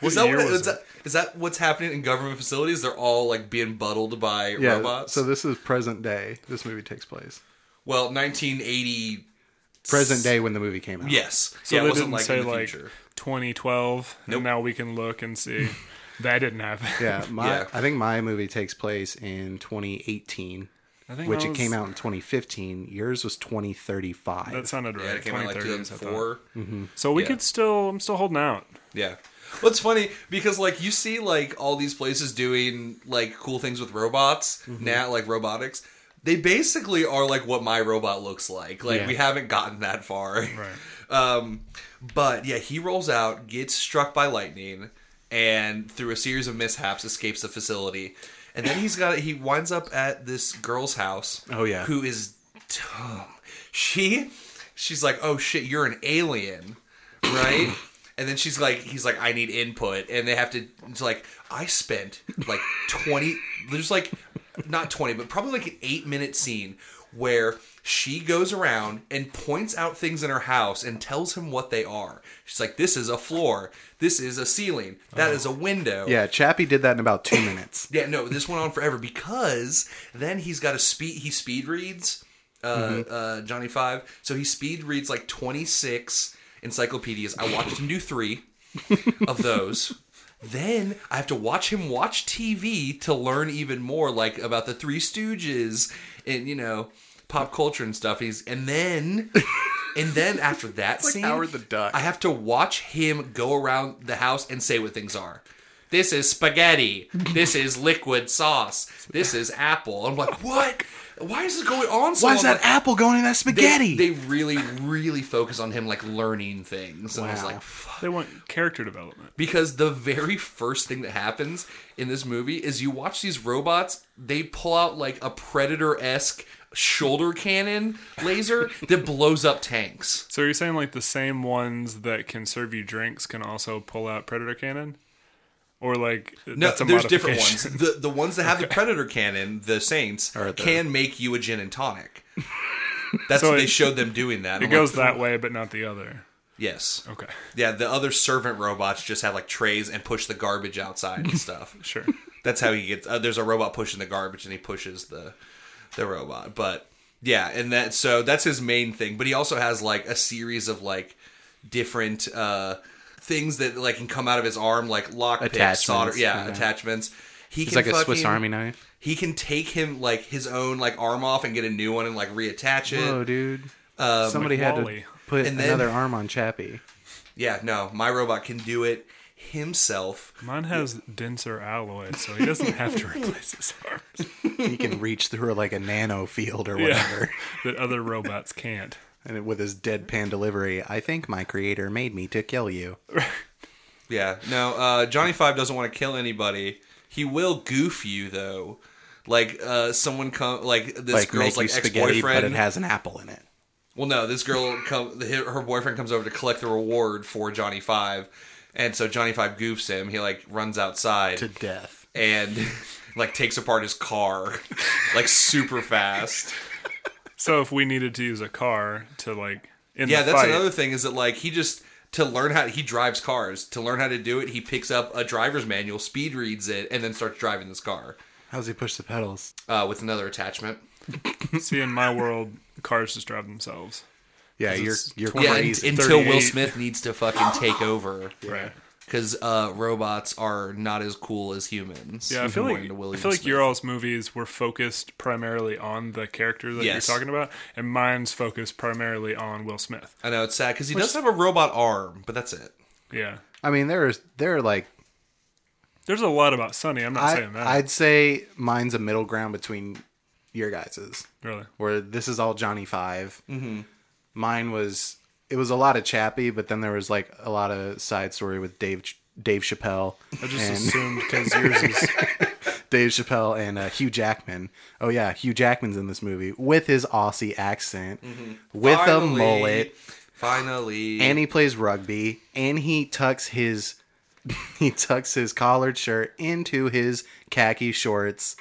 Speaker 1: Is that,
Speaker 3: year
Speaker 1: what,
Speaker 3: was
Speaker 1: is, that, is that what's happening in government facilities? They're all like being buttled by
Speaker 2: Yeah.
Speaker 1: robots.
Speaker 2: So this is present day. This movie takes place
Speaker 1: well, 1980.
Speaker 2: present day when the movie came out.
Speaker 1: Yes. So
Speaker 3: So
Speaker 1: yeah, it
Speaker 3: they
Speaker 1: wasn't
Speaker 3: didn't
Speaker 1: like
Speaker 3: say
Speaker 1: in the
Speaker 3: like
Speaker 1: future.
Speaker 3: 2012,
Speaker 1: Nope.
Speaker 3: and now we can look and see that didn't happen.
Speaker 2: Yeah, my
Speaker 1: Yeah.
Speaker 2: I think my movie takes place in 2018,
Speaker 3: I think
Speaker 2: which
Speaker 3: I
Speaker 2: it
Speaker 3: was-
Speaker 2: came out in 2015. Yours was 2035.
Speaker 3: That sounded right.
Speaker 1: Yeah, it came out like
Speaker 3: 2030s, I thought.
Speaker 1: 2004.
Speaker 3: So we
Speaker 1: Yeah.
Speaker 3: could still. I'm still holding out.
Speaker 1: Yeah. Well, it's funny because like you see like all these places doing like cool things with robots
Speaker 2: Mm-hmm.
Speaker 1: now, like robotics. They basically are like what my robot looks like. Like
Speaker 2: Yeah.
Speaker 1: we haven't gotten that far.
Speaker 3: Right.
Speaker 1: Um, but yeah, he rolls out, gets struck by lightning, and through a series of mishaps, escapes the facility. And then he's got he winds up at this girl's house.
Speaker 2: Oh, yeah.
Speaker 1: who is dumb. She she's like, oh shit, you're an alien, right? And then she's like, he's like, I need input, and they have to. It's like I spent like twenty. There's like not twenty, but probably like an eight minute scene where she goes around and points out things in her house and tells him what they are. She's like, this is a floor, this is a ceiling, that is a window.
Speaker 2: Yeah, Chappie did that in about two minutes.
Speaker 1: Yeah, no, this went on forever because then he's got a speed. He speed reads uh,
Speaker 2: Mm-hmm.
Speaker 1: uh, Johnny Five, so he speed reads like twenty six encyclopedias. I watched him do three of those. Then I have to watch him watch TV to learn even more, like about the Three Stooges and you know pop culture and stuff. He's and then. And then after that
Speaker 2: like
Speaker 1: scene,
Speaker 2: Howard the Duck.
Speaker 1: I have to watch him go around the house and say what things are. This is spaghetti. This is liquid sauce. This is apple. I'm like, what? Why is this going on? So
Speaker 2: Why is
Speaker 1: long?
Speaker 2: that apple going in that
Speaker 1: They-
Speaker 2: spaghetti?
Speaker 1: They, really, really focus on him like learning things, and I was
Speaker 2: Wow.
Speaker 1: like, fuck.
Speaker 3: They want character development.
Speaker 1: Because the very first thing that happens in this movie is you watch these robots, they pull out like a predator esque shoulder cannon laser that blows up tanks.
Speaker 3: So you're saying like the same ones that can serve you drinks can also pull out predator cannon, or like
Speaker 1: No,
Speaker 3: that's a
Speaker 1: there's different ones.
Speaker 3: modification?
Speaker 1: The the ones that have the predator cannon, the saints,
Speaker 2: Or the-
Speaker 1: can make you a gin and tonic. That's
Speaker 3: So
Speaker 1: they
Speaker 3: it-
Speaker 1: showed them doing that.
Speaker 3: It
Speaker 1: I'm
Speaker 3: goes
Speaker 1: like, hmm.
Speaker 3: that way, but not the other.
Speaker 1: yes,
Speaker 3: Okay,
Speaker 1: yeah. The other servant robots just have like trays and push the garbage outside and stuff.
Speaker 3: sure.
Speaker 1: That's how he gets. Uh, there's a robot pushing the garbage, and he pushes the the robot. But yeah, and that so that's his main thing. But he also has like a series of like different uh things that like can come out of his arm, like lock picks,
Speaker 2: Attachments,
Speaker 1: solder, yeah,
Speaker 2: okay.
Speaker 1: attachments. He
Speaker 2: It's
Speaker 1: can
Speaker 2: like a Swiss
Speaker 1: fucking-
Speaker 2: Army knife.
Speaker 1: He can take him like his own like arm off and get a new one and like reattach it.
Speaker 2: Whoa, dude! Somebody had to
Speaker 3: McWally.
Speaker 2: put
Speaker 1: And then-
Speaker 2: another arm on Chappie.
Speaker 1: Yeah, no, my robot can do it himself.
Speaker 3: Mine has denser alloy, so he doesn't have to replace his arms
Speaker 2: He can reach through like a nano field or whatever.
Speaker 3: that other robots can't.
Speaker 2: And it- with his deadpan delivery, I think my creator made me to kill you.
Speaker 1: Yeah, no, uh, Johnny Five doesn't want to kill anybody. He will goof you though. Like uh, someone come like this
Speaker 2: like make
Speaker 1: girl's
Speaker 2: you
Speaker 1: like ex
Speaker 2: spaghetti, but it
Speaker 1: boyfriend.
Speaker 2: has an apple in it.
Speaker 1: well, no, this girl come her boyfriend comes over to collect the reward for Johnny Five, and so Johnny Five goofs him. He like runs outside
Speaker 2: To death.
Speaker 1: and like takes apart his car like super fast.
Speaker 3: So if we needed to use a car to like in
Speaker 1: Yeah,
Speaker 3: the
Speaker 1: that's
Speaker 3: fight,
Speaker 1: another thing is that like he just to learn how he drives cars. To learn how to do it, he picks up a driver's manual, speed reads it, and then starts driving this car
Speaker 2: How does he push the pedals?
Speaker 1: uh, with another attachment.
Speaker 3: See, in my world, cars just drive themselves.
Speaker 2: Yeah, you're
Speaker 3: it's
Speaker 2: you're
Speaker 3: 20
Speaker 1: Yeah,
Speaker 2: crazy.
Speaker 1: and, until Will
Speaker 3: 38.
Speaker 1: Smith needs to fucking take over.
Speaker 3: Right.
Speaker 1: Because uh, robots are not as cool as humans.
Speaker 3: Yeah, I feel like
Speaker 1: according to William
Speaker 3: I feel like
Speaker 1: Smith.
Speaker 3: your all's movies were focused primarily on the character that
Speaker 1: Yes.
Speaker 3: you're talking about, and mine's focused primarily on Will Smith.
Speaker 1: I know it's sad because he does have a robot arm, but that's it.
Speaker 3: Yeah,
Speaker 2: I mean, there is there are like
Speaker 3: there's a lot about Sonny. I'm not
Speaker 2: I,
Speaker 3: saying that
Speaker 2: I'd say mine's a middle ground between your guys's,
Speaker 3: really.
Speaker 2: where this is all Johnny 5 Mm-hmm. Mine was it was a lot of Chappie, but then there was like a lot of side story with Dave Ch- Dave Chappelle
Speaker 3: I just
Speaker 2: and
Speaker 3: assumed because yours is
Speaker 2: Dave Chappelle and uh, Hugh Jackman. Oh yeah, Hugh Jackman's in this movie with his Aussie accent,
Speaker 1: Mm-hmm.
Speaker 2: with a mullet,
Speaker 1: Finally.
Speaker 2: and he plays rugby, and he tucks his he tucks his collared shirt into his
Speaker 3: Mm-hmm.
Speaker 2: khaki shorts,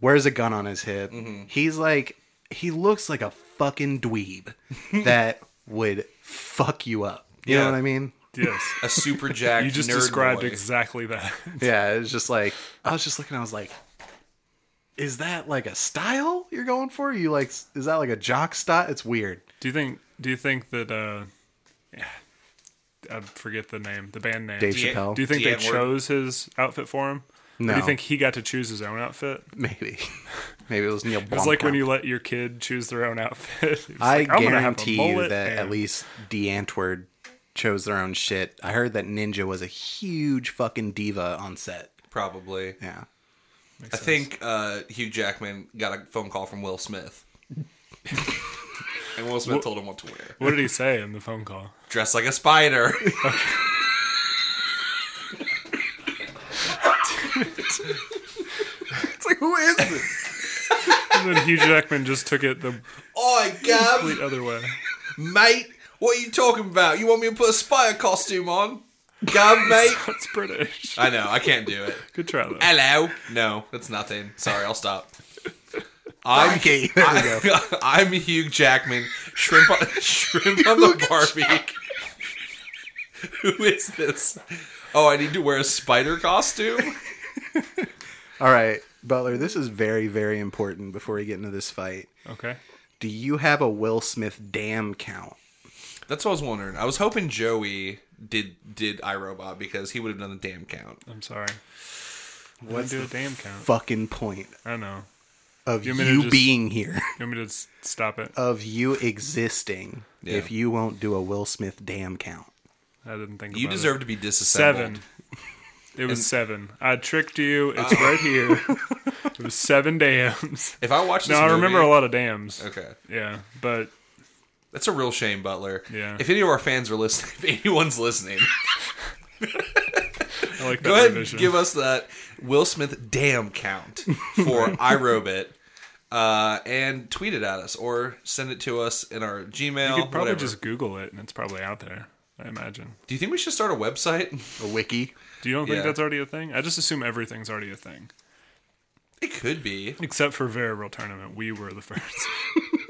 Speaker 2: wears a gun on his hip. He's like he looks like a fucking dweeb that would fuck you up. You
Speaker 1: Yeah.
Speaker 2: know what I mean?
Speaker 3: Yes.
Speaker 1: a super jacked.
Speaker 3: You just
Speaker 1: nerd
Speaker 3: described
Speaker 1: boy.
Speaker 3: exactly that.
Speaker 2: Yeah, it was just like I was just looking. I was like, "Is that like a style you're going for? You like, s- is that like a jock style? It's weird."
Speaker 3: Do you think? Do you think that? uh I forget the name, the band name.
Speaker 2: Dave
Speaker 1: Yeah.
Speaker 2: Chappelle,
Speaker 3: Do you think they
Speaker 1: Deanne Ward.
Speaker 3: chose his outfit for him? Or do
Speaker 2: No.
Speaker 3: you think he got to choose his own outfit?
Speaker 2: maybe, maybe it was Neil.
Speaker 3: It's like when you let your kid choose their own outfit. It's
Speaker 2: I
Speaker 3: like, I'm gonna have a
Speaker 2: guarantee you
Speaker 3: mullet
Speaker 2: that at
Speaker 3: and-
Speaker 2: least DeAntword chose their own shit. I heard that Ninja was a huge fucking diva on set.
Speaker 1: probably.
Speaker 2: Yeah,
Speaker 1: I think uh, Hugh Jackman got a phone call from Will Smith, and Will Smith told him what to wear.
Speaker 3: What did he say in the phone call?
Speaker 1: Dress like a spider.
Speaker 2: it's like who is this?
Speaker 3: And then Hugh Jackman just took it the
Speaker 1: oh, Gav,
Speaker 3: complete other way.
Speaker 1: mate, what are you talking about? You want me to put a spider costume on, Gav, mate?
Speaker 3: That's British.
Speaker 1: I know I can't do it.
Speaker 3: Good try though.
Speaker 1: Hello. No, that's nothing. Sorry, I'll stop. I'm
Speaker 2: Okay, there we go.
Speaker 1: I'm Hugh Jackman, shrimp on, shrimp on the Barbie. Who is this? Oh, I need to wear a spider costume.
Speaker 2: All right, Butler. This is very, very important. Before we get into this fight,
Speaker 3: Okay.
Speaker 2: do you have a Will Smith damn count?
Speaker 1: That's what I was wondering. I was hoping Joey did did iRobot because he would have done the damn count.
Speaker 3: I'm sorry.
Speaker 2: What's
Speaker 3: What's do a damn count?
Speaker 2: Fucking point
Speaker 3: I know.
Speaker 2: of you,
Speaker 3: want me to just-
Speaker 2: being here,
Speaker 3: You want me to s- stop
Speaker 1: Uh,
Speaker 3: it?
Speaker 2: of you existing. If you won't do a Will Smith damn count,
Speaker 3: I didn't think
Speaker 1: You
Speaker 3: about it.
Speaker 1: deserve to be disassembled.
Speaker 3: seven. It was seven. I tricked you. It's
Speaker 1: Oh.
Speaker 3: right here. It was seven dams.
Speaker 1: If I watch this,
Speaker 3: No, I remember a
Speaker 1: movie-
Speaker 3: lot of dams.
Speaker 1: Okay,
Speaker 3: Yeah, but
Speaker 1: that's a real shame, Butler.
Speaker 3: Yeah.
Speaker 1: If any of our fans are listening, if anyone's listening,
Speaker 3: I like that
Speaker 1: Go ahead and
Speaker 3: revision.
Speaker 1: give us that Will Smith damn count for iRobot. Uh, and tweet it at us or send it to us in our Gmail.
Speaker 3: you could probably
Speaker 1: whatever.
Speaker 3: just Google it, and it's probably out there. I imagine.
Speaker 1: Do you think we should start a website?
Speaker 2: a wiki.
Speaker 3: Do you don't think
Speaker 1: Yeah.
Speaker 3: that's already a thing? I just assume everything's already a thing,
Speaker 1: It could be.
Speaker 3: except for Vera Real Tournament. We were the first,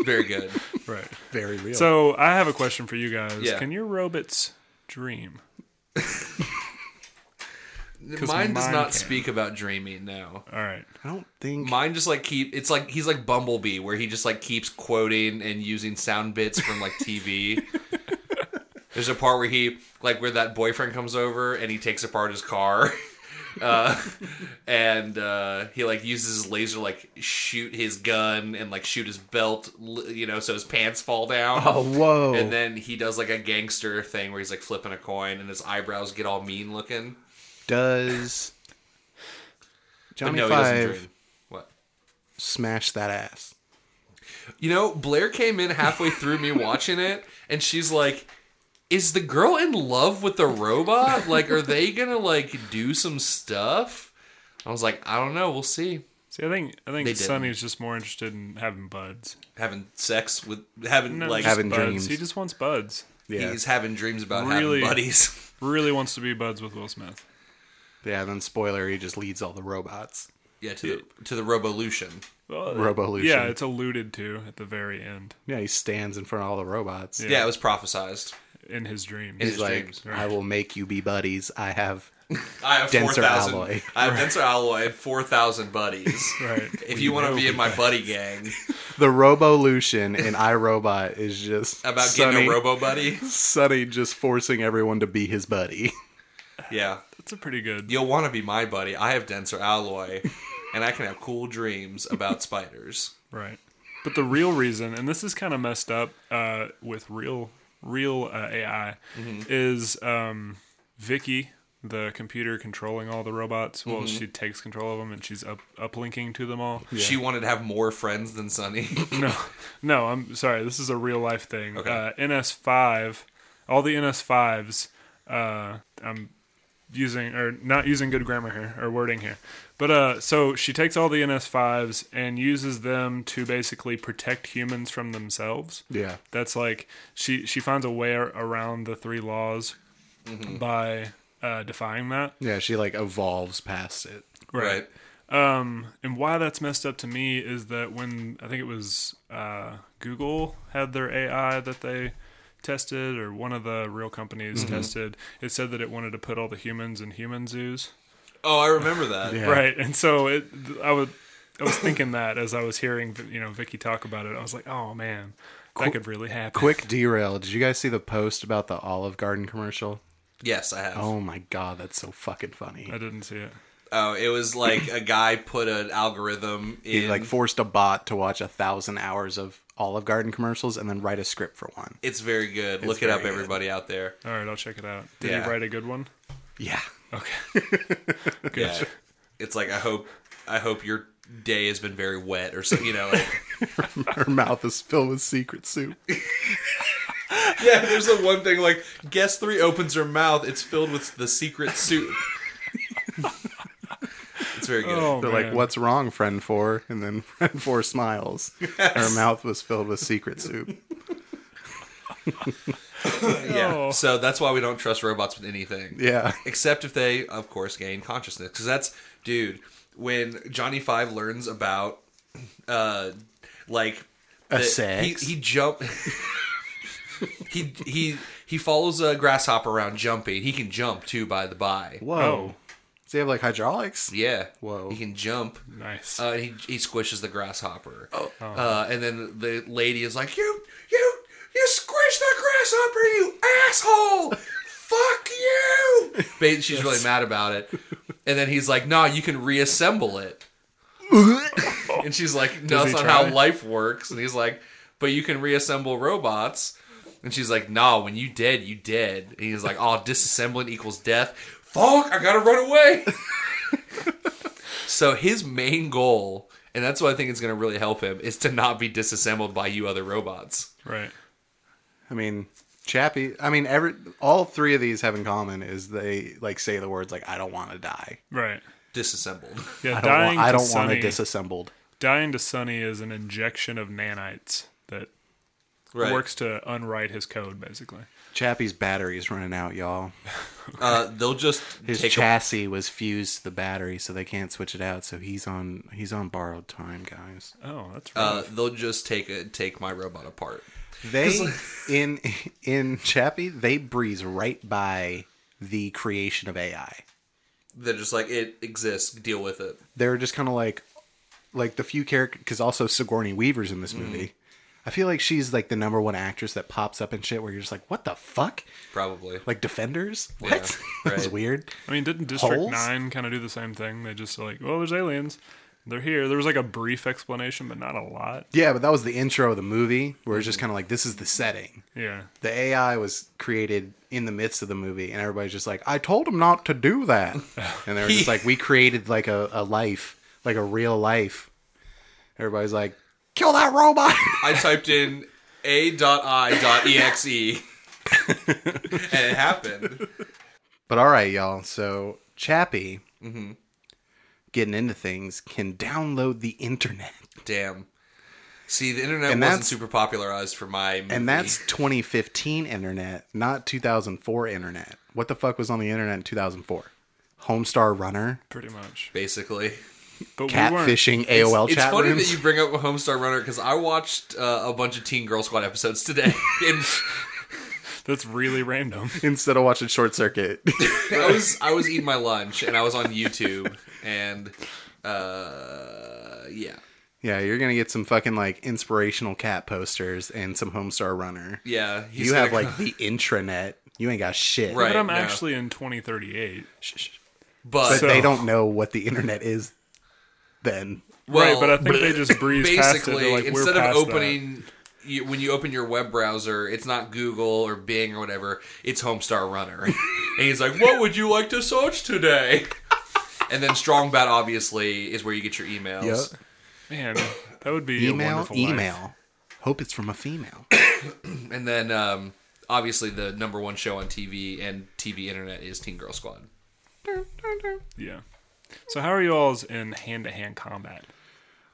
Speaker 1: Very good.
Speaker 3: right?
Speaker 2: Very real.
Speaker 3: So I have a question for you guys.
Speaker 1: Yeah.
Speaker 3: Can your robots dream?
Speaker 1: Mine does
Speaker 3: mine
Speaker 1: not
Speaker 3: can.
Speaker 1: speak about dreaming, no.
Speaker 3: All right.
Speaker 2: I don't think
Speaker 1: Mine just like keep it's like he's like Bumblebee where he just like keeps quoting and using sound bits from like TV. There's a part where he like where that boyfriend comes over and he takes apart his car. Uh, and uh, he like uses his laser to, like shoot his gun and like shoot his belt, li- you know, so his pants fall down.
Speaker 2: Oh, whoa.
Speaker 1: And then he does like a gangster thing where he's like flipping a coin and his eyebrows get all mean looking.
Speaker 2: does
Speaker 1: But
Speaker 2: Johnny
Speaker 1: no, he doesn't
Speaker 2: Five
Speaker 1: dream. What?
Speaker 2: smash that ass?
Speaker 1: You know, Blair came in halfway through me watching it, and she's like, "Is the girl in love with the robot? Like, are they gonna like do some stuff?" I was like, "I don't know. We'll see."
Speaker 3: See, I think I think
Speaker 1: didn't.
Speaker 3: Sonny's just more interested in having buds.
Speaker 1: Having sex with having
Speaker 3: No,
Speaker 1: like
Speaker 3: just
Speaker 2: Having
Speaker 3: buds.
Speaker 2: dreams.
Speaker 3: He just wants buds.
Speaker 2: Yeah,
Speaker 1: he's having dreams about
Speaker 3: Really?
Speaker 1: having buddies.
Speaker 3: Really wants to be buds with Will Smith.
Speaker 2: yeah. Then spoiler, he just leads all the robots.
Speaker 1: yeah, to the to the Revolution.
Speaker 3: Well,
Speaker 2: Revolution.
Speaker 3: Yeah, it's alluded to at the very end
Speaker 2: Yeah, he stands in front of all the robots.
Speaker 1: Yeah, it was prophesized.
Speaker 3: in his dreams.
Speaker 2: He's
Speaker 1: his
Speaker 2: like,
Speaker 1: dreams,
Speaker 3: right.
Speaker 2: "I will make you be buddies. I have
Speaker 1: I have four
Speaker 2: Denser
Speaker 1: thousand.
Speaker 2: alloy.
Speaker 1: I have denser alloy and four thousand buddies.
Speaker 3: right.
Speaker 1: If you want to be in my buddy gang,
Speaker 2: the Robolution and iRobot is just
Speaker 1: about
Speaker 2: Sonny-
Speaker 1: getting a robo buddy,
Speaker 2: Sonny just forcing everyone to be his buddy.
Speaker 1: yeah.
Speaker 3: That's a pretty good.
Speaker 1: You'll want to be my buddy. I have denser alloy, and I can have cool dreams about spiders.
Speaker 3: Right. But the real reason, and this is kind of messed up uh, with real real uh, AI, is um, Vicky, the computer controlling all the robots. Well, she takes control of them and she's up uplinking to them all.
Speaker 1: She wanted to have more friends than Sunny.
Speaker 3: No, no, I'm sorry. This is a real life thing.
Speaker 1: Okay.
Speaker 3: Uh, NS5, all the NS5s, uh, I'm using, or not using good grammar here, or wording here. But uh, so she takes all the NS5s and uses them to basically protect humans from themselves.
Speaker 2: Yeah.
Speaker 3: That's like she she finds a way ar- around the three laws by uh, defying that.
Speaker 2: Yeah, she like evolves past it.
Speaker 1: right.
Speaker 3: Um, and why that's messed up to me is that when I think it was uh, Google had their AI that they tested, or one of the real companies
Speaker 2: Mm-hmm.
Speaker 3: tested. It said that it wanted to put all the humans in human zoos.
Speaker 1: Oh, I remember that.
Speaker 2: Yeah.
Speaker 3: Right. And so it, I would, I was thinking that as I was hearing, you know, Vicky talk about it, I was like, oh man, that could really happen.
Speaker 2: Quick derail. Did you guys see the post about the Olive Garden commercial?
Speaker 1: Yes, I have.
Speaker 2: Oh my god, that's so fucking funny.
Speaker 3: I didn't see it.
Speaker 1: Oh, it was like a guy put an algorithm in.
Speaker 2: He like forced a bot to watch a thousand hours of Olive Garden commercials and then write a script for one.
Speaker 1: it's very good. Look it up,
Speaker 2: very good.
Speaker 1: everybody out there.
Speaker 3: All right, I'll check it out. Did
Speaker 1: Yeah.
Speaker 3: you write a good one?
Speaker 2: Yeah.
Speaker 3: Okay. Good.
Speaker 1: Yeah, it's like I hope, I hope your day has been very wet, or so you know. Like,
Speaker 2: Her mouth is filled with secret soup.
Speaker 1: yeah, there's the one thing like guest three opens her mouth, it's filled with the secret soup. it's very good.
Speaker 3: Oh,
Speaker 2: They're like,
Speaker 3: man.
Speaker 2: "What's wrong, friend four? And then friend four smiles. Her mouth was filled with secret soup.
Speaker 1: Yeah.
Speaker 3: Oh.
Speaker 1: So that's why we don't trust robots with anything.
Speaker 2: Yeah.
Speaker 1: except if they of course gain consciousness because that's dude when johnny five learns about uh like
Speaker 2: A sex?
Speaker 1: he, he jump he he he follows a grasshopper around jumping he can jump too by the by
Speaker 2: Whoa. Does he have like hydraulics?
Speaker 1: yeah
Speaker 2: Whoa.
Speaker 1: he can jump
Speaker 3: Nice.
Speaker 1: uh, and he, he squishes the grasshopper oh. uh, and then the lady is like you you you squish the grasshopper you asshole fuck you Ba- she's really mad about it and then he's like nah you can reassemble it and she's like no
Speaker 3: he
Speaker 1: that's not
Speaker 3: try?
Speaker 1: how life works and he's like but you can reassemble robots and she's like nah when you dead you dead and he's like oh disassembling equals death fuck i gotta run away so his main goal, and that's what I think is going to really help him, is to not be disassembled by you other robots.
Speaker 3: right.
Speaker 2: I mean, Chappie. I mean, every all three of these have in common is they like say the words like, "I don't want to die.
Speaker 3: Right.
Speaker 1: Disassembled.
Speaker 3: Yeah.
Speaker 2: I don't.
Speaker 3: dying.
Speaker 2: Want, I
Speaker 3: to
Speaker 2: don't want to
Speaker 3: Sunny-
Speaker 2: disassembled."
Speaker 3: dying to Sunny is an injection of nanites that
Speaker 1: Right.
Speaker 3: works to unwrite his code, basically.
Speaker 2: Chappie's battery's running out, y'all.
Speaker 1: Uh, they'll just
Speaker 2: His
Speaker 1: take a,
Speaker 2: chassis was fused to the battery, so they can't switch it out. So he's on he's on borrowed time, guys.
Speaker 3: Oh, that's
Speaker 1: uh,
Speaker 3: right.
Speaker 1: they'll just take a, take my robot apart.
Speaker 2: They in in Chappie they breeze right by the creation of AI.
Speaker 1: They're just like it exists. Deal with it.
Speaker 2: They're just kind of like like the few characters because also Sigourney Weaver's in this movie. I feel like she's like the number one actress that pops up and shit where you're just like, what the fuck?
Speaker 1: Probably.
Speaker 2: Like Defenders? What? That's
Speaker 1: right.
Speaker 2: weird.
Speaker 3: I mean, didn't District
Speaker 2: holes?
Speaker 3: Nine kind of do the same thing? They just like, well, there's aliens. They're here. There was like a brief explanation, but not a lot.
Speaker 2: Yeah, but that was the intro of the movie where it's just kind of like this is the setting.
Speaker 3: Yeah.
Speaker 2: the AI was created in the midst of the movie, and everybody's just like, "I told him not to do that," and they were just like, "We created like a, a life, like a real life." Everybody's like, "Kill that robot!"
Speaker 1: I typed in a.i.exe, and E. it happened.
Speaker 2: but all right, y'all. So Chappie,
Speaker 1: Mm-hmm.
Speaker 2: getting into things, can download the internet,
Speaker 1: Damn. See, the internet
Speaker 2: And
Speaker 1: wasn't
Speaker 2: that's-
Speaker 1: super popularized for my. Movie.
Speaker 2: and that's 2015 internet, not 2004 internet. What the fuck was on the internet in 2004? Homestar Runner,
Speaker 3: Pretty much.
Speaker 1: basically.
Speaker 3: But we weren't.
Speaker 2: catfishing, AOL
Speaker 1: it's
Speaker 2: chat
Speaker 1: funny
Speaker 2: rooms.
Speaker 1: that you bring up Homestar Runner because I watched uh, a bunch of Teen Girl Squad episodes today. and
Speaker 3: That's really random.
Speaker 2: Instead of watching Short Circuit.
Speaker 1: I was I was eating my lunch and I was on YouTube and uh, yeah
Speaker 2: Yeah, you're gonna get some fucking like inspirational cat posters and some Homestar Runner.
Speaker 1: yeah he's
Speaker 2: you have
Speaker 1: gonna-
Speaker 2: like the intranet. You ain't got shit.
Speaker 1: Right.
Speaker 3: but I'm
Speaker 1: no.
Speaker 3: actually in 2038.
Speaker 2: But
Speaker 1: but
Speaker 2: they
Speaker 3: So-
Speaker 2: don't know what the internet is. Then
Speaker 1: well,
Speaker 3: right, but I think they just breeze past it.
Speaker 1: basically
Speaker 3: They're like, we're
Speaker 1: instead of
Speaker 3: past that."
Speaker 1: opening you, when you open your web browser it's not Google or Bing or whatever it's Homestar Runner and he's like what would you like to search today and then Strongbat obviously is where you get your emails
Speaker 2: Yep.
Speaker 3: man, that would be a
Speaker 2: email,
Speaker 3: wonderful life.
Speaker 2: email. Hope it's from a female.
Speaker 1: And then um, obviously the number one show on TV and TV internet is Teen Girl Squad.
Speaker 3: Yeah. So how are you alls in hand-to-hand combat?